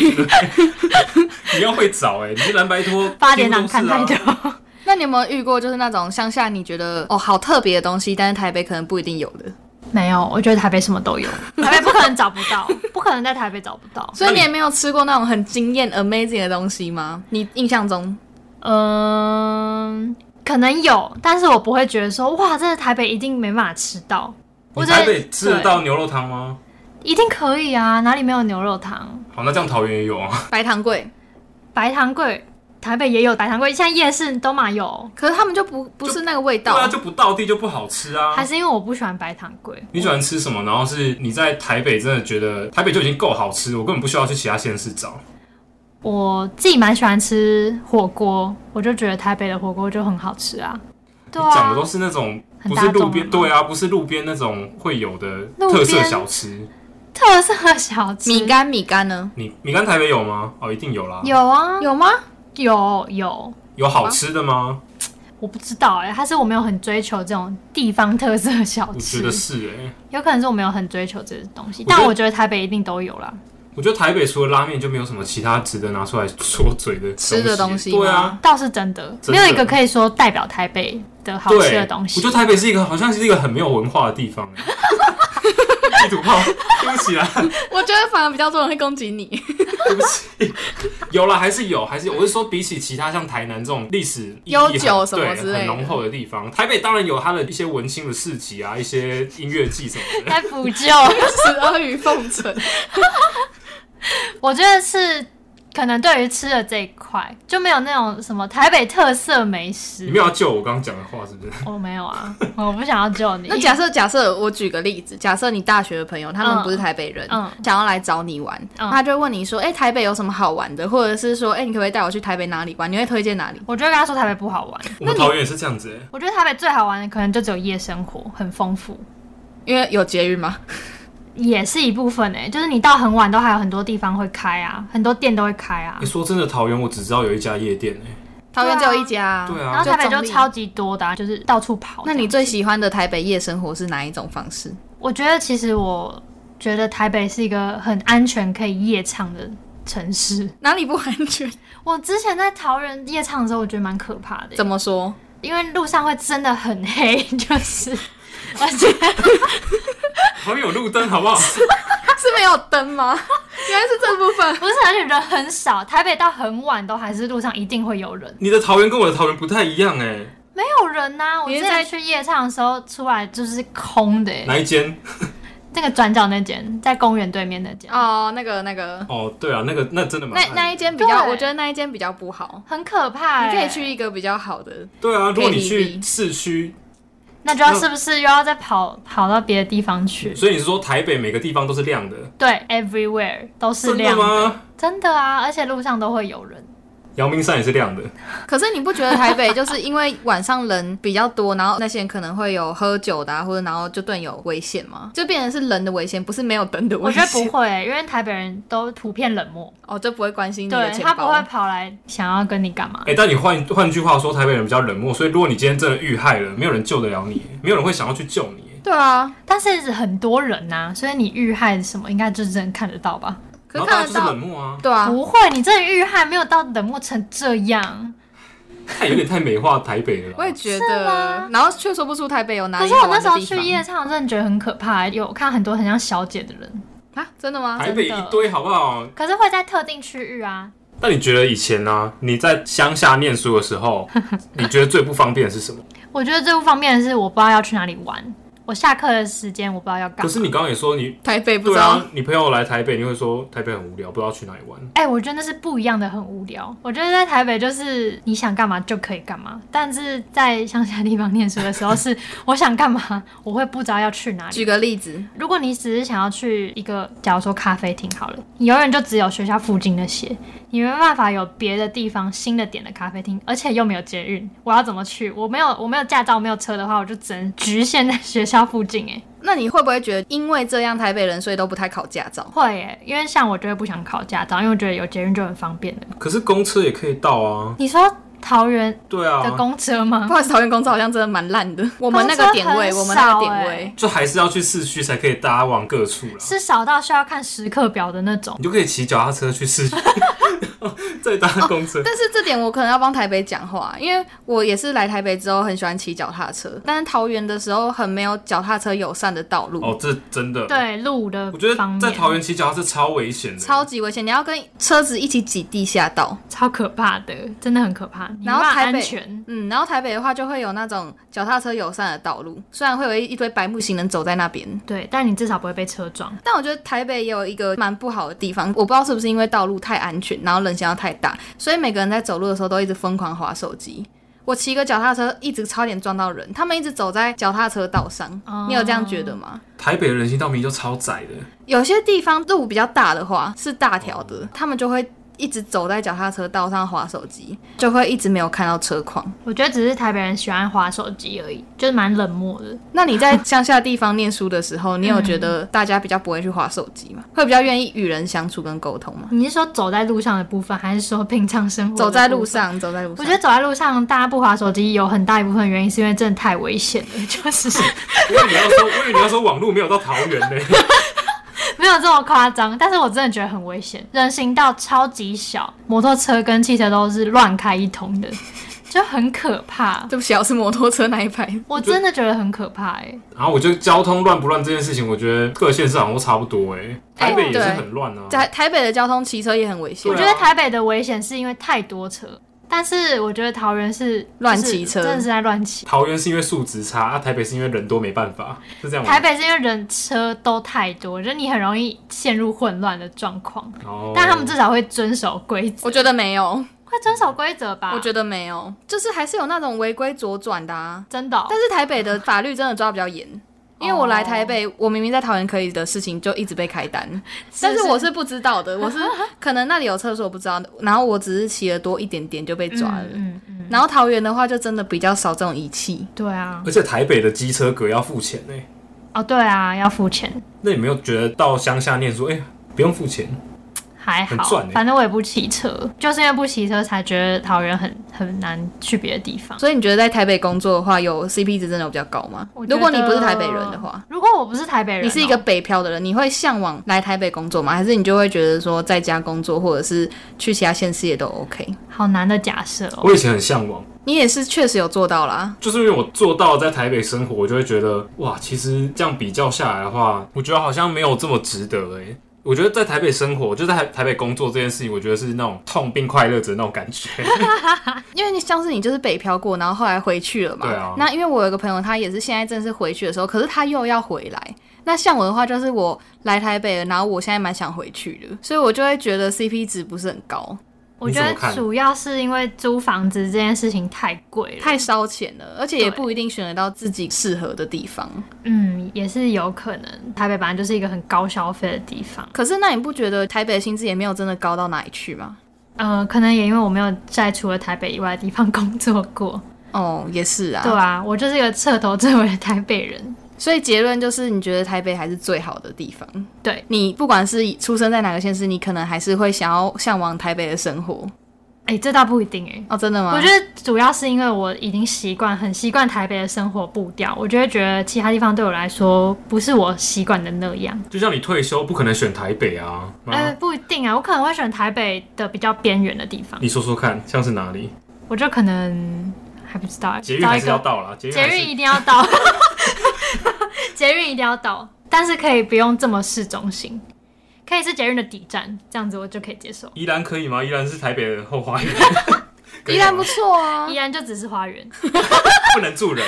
[SPEAKER 2] 你要会找哎，你去蓝白拖
[SPEAKER 1] 八点档看
[SPEAKER 2] 几乎
[SPEAKER 1] 太
[SPEAKER 2] 都是啊
[SPEAKER 1] 多。
[SPEAKER 3] 那你有没有遇过就是那种乡下你觉得哦好特别的东西，但是台北可能不一定有的，
[SPEAKER 1] 没有，我觉得台北什么都有， 台北不可能找不到，不可能在台北找不到。
[SPEAKER 3] 所以你也没有吃过那种很惊艳 amazing 的东西吗？你印象中？
[SPEAKER 1] 嗯，可能有，但是我不会觉得说哇，这个台北一定没办法吃到。我
[SPEAKER 2] 你
[SPEAKER 1] 觉得
[SPEAKER 2] 台北吃得
[SPEAKER 1] 对
[SPEAKER 2] 到牛肉汤吗？
[SPEAKER 1] 一定可以啊，哪里没有牛肉汤？
[SPEAKER 2] 好，那这样桃园也有啊。
[SPEAKER 3] 白糖桂，
[SPEAKER 1] 白糖桂，台北也有白糖桂，像夜市都嘛有。
[SPEAKER 3] 可是他们就不不是那个味
[SPEAKER 2] 对
[SPEAKER 3] 道，
[SPEAKER 2] 啊，就不到地就不好吃啊。
[SPEAKER 1] 还是因为我不喜欢白糖桂，
[SPEAKER 2] 你喜欢吃什么？然后是你在台北真的觉得台北就已经够好吃，我根本不需要去其他县市找。
[SPEAKER 1] 我自己蛮喜欢吃火锅，我就觉得台北的火锅就很好吃啊。对
[SPEAKER 2] 你讲的
[SPEAKER 1] 啊
[SPEAKER 2] 都，是那种
[SPEAKER 1] 很
[SPEAKER 2] 不
[SPEAKER 1] 大
[SPEAKER 2] 是路
[SPEAKER 1] 众
[SPEAKER 2] 边，
[SPEAKER 1] 的吗
[SPEAKER 2] 对啊，不是路边那种会有的
[SPEAKER 1] 路
[SPEAKER 2] 特色
[SPEAKER 1] 边
[SPEAKER 2] 小吃。
[SPEAKER 1] 特色小吃
[SPEAKER 3] 米干米干呢？
[SPEAKER 2] 你你看台北有吗？哦，一定有啦。
[SPEAKER 1] 有啊，
[SPEAKER 3] 有吗？
[SPEAKER 1] 有有，
[SPEAKER 2] 有好吃的吗？
[SPEAKER 1] 我不知道哎、欸，还是我没有很追求这种地方特色小
[SPEAKER 2] 我觉
[SPEAKER 1] 吃
[SPEAKER 2] 得，是哎、
[SPEAKER 1] 有可能是我没有很追求这些东西，
[SPEAKER 2] 我觉得
[SPEAKER 1] 但我觉得台北一定都有啦。
[SPEAKER 2] 我觉得台北除了拉面就没有什么其他值得拿出来说嘴的
[SPEAKER 3] 吃的东西吗
[SPEAKER 2] 对啊，
[SPEAKER 1] 倒是真的，
[SPEAKER 2] 真的
[SPEAKER 1] 没有一个可以说代表台北的好吃
[SPEAKER 2] 对，
[SPEAKER 1] 的东西。
[SPEAKER 2] 我觉得台北是一个好像是一个很没有文化的地方、欸。 地图炮，对不起啊，
[SPEAKER 3] 我觉得反而比较多人会攻击你。
[SPEAKER 2] 对不起。有啦，还是有，还是有。我是说，比起其他像台南这种历史意义
[SPEAKER 3] 悠
[SPEAKER 2] 很
[SPEAKER 3] 久什么
[SPEAKER 2] 对
[SPEAKER 3] 之类的
[SPEAKER 2] 很浓厚的地方，台北当然有它的一些文青的市集啊，一些音乐季什 么的。
[SPEAKER 1] 在补 救，
[SPEAKER 3] 十二鱼奉承，
[SPEAKER 1] 我觉得是可能对于吃的这一块就没有那种什么台北特色美
[SPEAKER 2] 你
[SPEAKER 1] 食
[SPEAKER 2] 们。要救我刚刚讲的话是不是？
[SPEAKER 1] 我没有啊，我不想要救你。
[SPEAKER 3] 那假设假设我举个例子，假设你大学的朋友他们不是台北人，
[SPEAKER 1] 嗯
[SPEAKER 3] 想要来找你玩，
[SPEAKER 1] 嗯
[SPEAKER 3] 他就会问你说，哎、台北有什么好玩的，或者是说，哎、你可不可以带我去台北哪里玩？你会推荐哪里？
[SPEAKER 1] 我就会跟他说台北不好玩。
[SPEAKER 2] 我们桃园也是这样子、
[SPEAKER 3] 啊
[SPEAKER 2] 欸。
[SPEAKER 1] 我觉得台北最好玩的可能就只有夜生活，很丰富，
[SPEAKER 3] 因为有捷运吗？
[SPEAKER 1] 也是一部分哎、就是你到很晚都还有很多地方会开啊，很多店都会开啊
[SPEAKER 2] 欸你、。说真的，桃园我只知道有一家夜店哎、
[SPEAKER 3] 桃园只有一家、
[SPEAKER 2] 对
[SPEAKER 1] 然后
[SPEAKER 2] 啊，
[SPEAKER 1] 台北
[SPEAKER 3] 就
[SPEAKER 1] 就
[SPEAKER 3] 中立
[SPEAKER 1] 超级多的、啊，就是到处跑。
[SPEAKER 3] 那你最喜欢的台北夜生活是哪一种方式？
[SPEAKER 1] 我觉得其实我觉得台北是一个很安全可以夜唱的城 市。
[SPEAKER 3] 哪里不安全？
[SPEAKER 1] 我之前在桃园夜唱的时候，我觉得蛮可怕的耶，欸
[SPEAKER 3] 怎么说？
[SPEAKER 1] 因为路上会真的很黑， 就是 而且
[SPEAKER 2] 桃园有路灯好不好？
[SPEAKER 3] 是没有灯吗？ 原来是这部分。
[SPEAKER 1] 不是而且人很少，台北到很晚都还是路上一定会有人，
[SPEAKER 2] 你的桃园跟我的桃园不太一样哎、
[SPEAKER 1] 没有人呐、我
[SPEAKER 3] 你
[SPEAKER 1] 之
[SPEAKER 3] 是在
[SPEAKER 1] 前去夜唱的时候出来就是空的耶，欸
[SPEAKER 3] 哎
[SPEAKER 2] 哪一间？
[SPEAKER 1] 那个转角那间，在公园对面那间。
[SPEAKER 3] 哦，那个那个，
[SPEAKER 2] 哦，对啊，那个那真的蛮
[SPEAKER 3] 那
[SPEAKER 2] 暗的
[SPEAKER 3] 那一间比较，
[SPEAKER 1] 对
[SPEAKER 3] 我觉得那一间比较不好。
[SPEAKER 1] 很可怕、
[SPEAKER 3] 你
[SPEAKER 1] 欸，
[SPEAKER 3] 可以去，一个比较好的，
[SPEAKER 2] 对啊，如果你
[SPEAKER 3] 可以理
[SPEAKER 2] 去
[SPEAKER 3] 解
[SPEAKER 2] 市区，
[SPEAKER 1] 那就要是不是又要再跑跑到别的地方去？
[SPEAKER 2] 所以你是说台北每个地方都是亮的，
[SPEAKER 1] 对，everywhere 都是
[SPEAKER 2] 真的
[SPEAKER 1] 亮
[SPEAKER 2] 吗？
[SPEAKER 1] 真的啊，而且路上都会有人。
[SPEAKER 2] 阳明山也是亮的，
[SPEAKER 3] 可是你不觉得台北就是因为晚上人比较多，然后那些人可能会有喝酒的、啊，或者然后就对你有危险吗？就变成是人的危险，不是没有灯的
[SPEAKER 1] 我
[SPEAKER 3] 危
[SPEAKER 1] 觉得
[SPEAKER 3] 险。
[SPEAKER 1] 不会、欸因为台北人都普遍冷漠，
[SPEAKER 3] 哦，就不会关心你的
[SPEAKER 1] 对
[SPEAKER 3] 钱
[SPEAKER 1] 他
[SPEAKER 3] 包。
[SPEAKER 1] 不会跑来想要跟你干嘛
[SPEAKER 2] 哎、。但你换换句话说，台北人比较冷漠，所以如果你今天真的遇害了，没有人救得了你，没有人会想要去救你。
[SPEAKER 3] 对啊，
[SPEAKER 1] 但是很多人呐、所以你遇害什么应该就是真的看得到吧？
[SPEAKER 3] 可
[SPEAKER 2] 然
[SPEAKER 3] 是
[SPEAKER 2] 后大家就
[SPEAKER 3] 看得
[SPEAKER 2] 是
[SPEAKER 3] 到
[SPEAKER 2] 冷，漠啊，
[SPEAKER 3] 对啊，
[SPEAKER 1] 不会，你真的遇害没有到冷漠成这样。
[SPEAKER 2] 太有点太美化台北了
[SPEAKER 3] 我也
[SPEAKER 2] 啦。
[SPEAKER 3] 觉
[SPEAKER 1] 是
[SPEAKER 3] 得
[SPEAKER 1] 吗，
[SPEAKER 3] 然后却说不出台北有哪
[SPEAKER 1] 可
[SPEAKER 3] 里
[SPEAKER 1] 是
[SPEAKER 3] 好
[SPEAKER 1] 我
[SPEAKER 3] 玩的
[SPEAKER 1] 那
[SPEAKER 3] 地
[SPEAKER 1] 时
[SPEAKER 3] 方。
[SPEAKER 1] 候去夜唱，真的觉得很可怕，欸有看很多很像小姐的人，
[SPEAKER 3] 啊，真的吗？
[SPEAKER 2] 台北一堆好不好？
[SPEAKER 1] 可是会在特定区域啊。
[SPEAKER 2] 那你觉得以前呢、啊你在乡下念 书的时候，你觉得最不方便的是什么？
[SPEAKER 1] 我觉得最不方便的是我不知道要去哪里玩，我下课的时间我不知道要干
[SPEAKER 2] 可
[SPEAKER 1] 嘛。
[SPEAKER 2] 是你刚刚也说你
[SPEAKER 3] 台北不知
[SPEAKER 2] 对
[SPEAKER 3] 道，
[SPEAKER 2] 啊，你朋友来台北，你会说台北很无聊，不知道去哪里玩。
[SPEAKER 1] 哎、我觉得那是不一样的，很无聊。我觉得在台北就是你想干嘛就可以干嘛，但是在乡下地方念书的时候是 我想干嘛，我会不知道要去哪里。
[SPEAKER 3] 举个例子，
[SPEAKER 1] 如果你只是想要去一个，假如说咖啡厅好了，你永远就只有学校附近那些，你没办法有别的地方新的点的咖啡厅，而且又没有捷运，我要怎么去？我没有我没有驾照，没有车的话，我就只能局限在学校附近、哎，
[SPEAKER 3] 那你会不会觉得因为这样台北人所以都不太考驾照？
[SPEAKER 1] 会耶、因为像我就会不想考驾照，因为我觉得有捷运就很方便的。
[SPEAKER 2] 可是公车也可以到啊，
[SPEAKER 1] 你说桃园
[SPEAKER 2] 对
[SPEAKER 1] 的
[SPEAKER 2] 啊，
[SPEAKER 1] 公车吗？
[SPEAKER 3] 不好意思，桃园公车好像真的蛮烂 的。我们那
[SPEAKER 1] 公车
[SPEAKER 3] 个点位，
[SPEAKER 1] 很
[SPEAKER 3] 我们那个
[SPEAKER 1] 少
[SPEAKER 3] 点
[SPEAKER 1] 欸
[SPEAKER 3] 位，
[SPEAKER 2] 就还是要去市区才可以搭往各处啦。
[SPEAKER 1] 是少到需要看时刻表的那种。
[SPEAKER 2] 你就可以骑脚踏车去市 区，再搭公车。
[SPEAKER 3] 但是这点我可能要帮台北讲话，因为我也是来台北之后很喜欢骑脚踏车，但是桃园的时候很没有脚踏车友善的道路，
[SPEAKER 2] 哦，这真的，
[SPEAKER 1] 对路的
[SPEAKER 2] 我觉得
[SPEAKER 1] 方面，
[SPEAKER 2] 在桃园骑脚踏车超危险的，
[SPEAKER 3] 超级危险，你要跟车子一起挤地下道。
[SPEAKER 1] 超可怕的，真的很可怕。你
[SPEAKER 3] 然后
[SPEAKER 1] 没办法
[SPEAKER 3] 台北
[SPEAKER 1] 安全，
[SPEAKER 3] 嗯，然后台北的话就会有那种脚踏车友善的道路，虽然会有一一堆白木行人走在那边，
[SPEAKER 1] 对，但你至少不会被车撞。
[SPEAKER 3] 但我觉得台北也有一个蛮不好的地方，我不知道是不是因为道路太安全，然后人行道太大，所以每个人在走路的时候都一直疯狂划手机。我骑个脚踏车，一直差点撞到人，他们一直走在脚踏车道上，你有这样觉得吗？
[SPEAKER 2] 台北的人行道明明就超窄的，
[SPEAKER 3] 有些地方路比较大的话是大条的，他们就会一直走在脚踏车道上划手机，就会一直没有看到车况。
[SPEAKER 1] 我觉得只是台北人喜欢划手机而已，就是蛮冷漠的。
[SPEAKER 3] 那你在乡下地方念书的时候，你有觉得大家比较不会去划手机吗？会比较愿意与人相处跟沟通吗？
[SPEAKER 1] 你是说走在路上的部分，还是说平常生活的
[SPEAKER 3] 走在路
[SPEAKER 1] 部分？
[SPEAKER 3] 上，走在路上，
[SPEAKER 1] 我觉得走在路上，大家不划手机有很大一部分原因是因为真的太危险了， 就是
[SPEAKER 2] 我以为你要说，我以为你要说网络没有到桃园 呢。
[SPEAKER 1] 没有这么夸张，但是我真的觉得很危险。人行道超级小，摩托车跟汽车都是乱开一通 的，就很可怕。
[SPEAKER 3] 对不起，啊我是摩托车那一排。
[SPEAKER 1] 我真的觉得很可怕哎、
[SPEAKER 2] 然后我觉得交通乱不乱这件事情，我觉得各县市好像都差不多哎，
[SPEAKER 3] 哎
[SPEAKER 2] 台北也是
[SPEAKER 3] 对
[SPEAKER 2] 很乱啊。
[SPEAKER 3] 台台北的交通骑车也很危险
[SPEAKER 1] 我
[SPEAKER 2] 对啊
[SPEAKER 1] 觉得台北的危险是因为太多车，但是我觉得桃园是
[SPEAKER 3] 乱骑
[SPEAKER 1] 就
[SPEAKER 3] 车
[SPEAKER 1] 是真的是在乱骑。
[SPEAKER 2] 桃园是因为数值差，啊，台北是因为人多没办法，是
[SPEAKER 3] 嗯
[SPEAKER 2] 这样吗？
[SPEAKER 1] 台北是因为人车都太多，就是你很容易陷入混乱的状况。
[SPEAKER 2] 哦，
[SPEAKER 1] 但他们至少会遵守规则，
[SPEAKER 3] 我觉得没有，
[SPEAKER 1] 会遵守规则吧？
[SPEAKER 3] 我觉得没有，就是还是有那种违规左转的啊。
[SPEAKER 1] 真的哦、
[SPEAKER 3] 但是台北的法律真的抓比较严，因为我来台北，我明明在桃园可以的事情就一直被开单，但是我是不知道的，我是可能那里有厕所不知道，然后我只是骑的多一点点就被抓了。
[SPEAKER 1] 嗯嗯嗯，
[SPEAKER 3] 然后桃园的话，就真的比较少这种仪器。
[SPEAKER 1] 对啊，
[SPEAKER 2] 而且台北的机车格要付钱呢。
[SPEAKER 1] 哦对啊，要付钱。
[SPEAKER 2] 那你没有觉得到乡下念书，哎、不用付钱？
[SPEAKER 1] 还
[SPEAKER 2] 很
[SPEAKER 1] 好
[SPEAKER 2] 赚，欸
[SPEAKER 1] 反正我也不骑车，就是因为不骑车才觉得桃园很很难去别的地方。
[SPEAKER 3] 所以你觉得在台北工作的话，有 CP 值真的有比较高吗
[SPEAKER 1] 我？觉
[SPEAKER 3] 如果你不是
[SPEAKER 1] 得
[SPEAKER 3] 台北人的话，，
[SPEAKER 1] 如果我不是台北人哦、
[SPEAKER 3] 你是一个北漂的人，你会向往来台北工作吗？还是你就会觉得说在家工作，或者是去其他县市也都 OK？
[SPEAKER 1] 好难的假设哦、
[SPEAKER 2] 我以前很向往，
[SPEAKER 3] 你也是确实有做到啦。
[SPEAKER 2] 就是因为我做到在台北生活，我就会觉得哇，其实这样比较下来的话，我觉得好像没有这么值得哎、我觉得在台北生活，就在台台北工作这件事情，我觉得是那种痛并快乐着那种感 觉。
[SPEAKER 3] 因为你像是你就是北漂过，然后后来回去了嘛。
[SPEAKER 2] 对啊
[SPEAKER 3] 那因为我有一个朋友，他也是现在正是回去的时候，可是他又要回来。那像我的话，就是我来台北了，然后我现在蛮想回去的，所以我就会觉得 CP 值不是很高，
[SPEAKER 1] 我觉
[SPEAKER 2] 你
[SPEAKER 1] 得
[SPEAKER 2] 怎么看
[SPEAKER 1] 主要是因为租房子这件事情太贵了，
[SPEAKER 3] 太烧钱了，而且也
[SPEAKER 1] 对
[SPEAKER 3] 不一定选得到自己适合的地方。
[SPEAKER 1] 嗯也是有可能。台北本来就是一个很高消费的地方，
[SPEAKER 3] 可是那你不觉得台北的薪资也没有真的高到哪里去吗？
[SPEAKER 1] 呃，可能也因为我没有在除了台北以外的地方工作过，
[SPEAKER 3] 哦，也是啊。
[SPEAKER 1] 对啊，我就是一个彻头彻尾的台北人，
[SPEAKER 3] 所以结论就是，你觉得台北还是最好的地方。
[SPEAKER 1] 对，
[SPEAKER 3] 你不管是出生在哪个县市，你可能还是会想要向往台北的生活。
[SPEAKER 1] 哎、这倒不一定哎、
[SPEAKER 3] 哦，真的吗？
[SPEAKER 1] 我觉得主要是因为我已经习惯，很习惯台北的生活步调，我就会觉得其他地方对我来说不是我习惯的那样。
[SPEAKER 2] 就像你退休，不可能选台北啊。
[SPEAKER 1] 哎、
[SPEAKER 2] 妈
[SPEAKER 1] 不一定啊，我可能会选台北的比较边缘的地方，
[SPEAKER 2] 你说说看，像是哪里？
[SPEAKER 1] 我就可能还不知道、欸，
[SPEAKER 2] 捷运
[SPEAKER 1] 找
[SPEAKER 2] 还
[SPEAKER 1] 一
[SPEAKER 2] 是要
[SPEAKER 1] 个
[SPEAKER 2] 到啦，捷运
[SPEAKER 1] 捷
[SPEAKER 2] 还
[SPEAKER 1] 运
[SPEAKER 2] 是
[SPEAKER 1] 一定要到， 捷运一定要到，但是可以不用这么市中心，可以是捷运的底站，这样子我就可以接受。
[SPEAKER 2] 宜兰可以吗？宜兰是台北的后 花园， 可以
[SPEAKER 3] 依然
[SPEAKER 2] 吗
[SPEAKER 3] 不错啊
[SPEAKER 1] 依。然就只是花园，
[SPEAKER 2] 不能住人。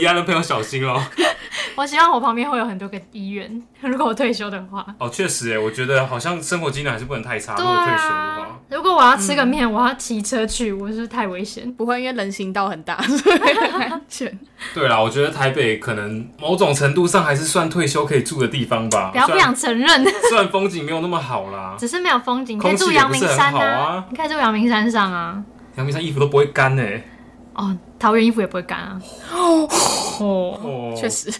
[SPEAKER 2] 宜安的朋友小心哦。
[SPEAKER 1] 我希望我旁边会有很多个医院，如果我退休的话。
[SPEAKER 2] 哦，确实哎，我觉得好像生活机能还是不能太差。如
[SPEAKER 1] 对
[SPEAKER 2] 果退休的话
[SPEAKER 1] 啊，，如果我要吃个面，我要骑车去，我是不是太危险。
[SPEAKER 2] 嗯
[SPEAKER 3] 不会，因为人行道很大，所以 很安全。
[SPEAKER 2] 对啦，我觉得台北可能某种程度上还是算退休可以住的地方吧。
[SPEAKER 1] 不要不
[SPEAKER 2] 虽然
[SPEAKER 1] 想承认，
[SPEAKER 2] 虽然风景没有那么好啦，
[SPEAKER 1] 只是没有风景，你可
[SPEAKER 2] 空
[SPEAKER 1] 以
[SPEAKER 2] 气
[SPEAKER 1] 住
[SPEAKER 2] 也
[SPEAKER 1] 阳
[SPEAKER 2] 不
[SPEAKER 1] 明
[SPEAKER 2] 是很
[SPEAKER 1] 山
[SPEAKER 2] 好啊
[SPEAKER 1] 你可以住阳明山上啊。
[SPEAKER 2] 阳明山衣服都不会干哎。
[SPEAKER 1] 哦，桃园衣服也不会干 啊。哦，
[SPEAKER 2] 哦，
[SPEAKER 3] 确。实。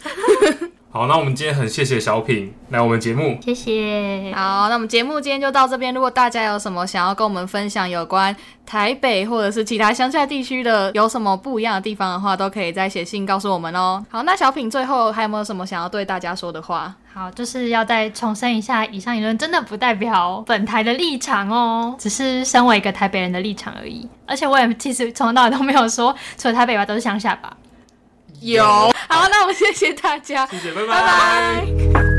[SPEAKER 2] 好，那我们今天很谢谢小品来我们节目。
[SPEAKER 1] 谢谢。
[SPEAKER 3] 好，那我们节目今天就到这边。如果大家有什么想要跟我们分享有关台北或者是其他乡下地区的有什么不一样的地方的话，都可以再写信告诉我们哦。好，那小品最后还有没有什么想要对大家说的话？
[SPEAKER 1] 好，就是要再重申一下，以上言论真的不代表本台的立场哦，只是身为一个台北人的立场而已。而且我也其实从头到尾都没有说，除了台北以外都是乡下吧。
[SPEAKER 3] 有。好，那我们谢谢大家，
[SPEAKER 2] 谢谢，拜
[SPEAKER 3] 拜拜。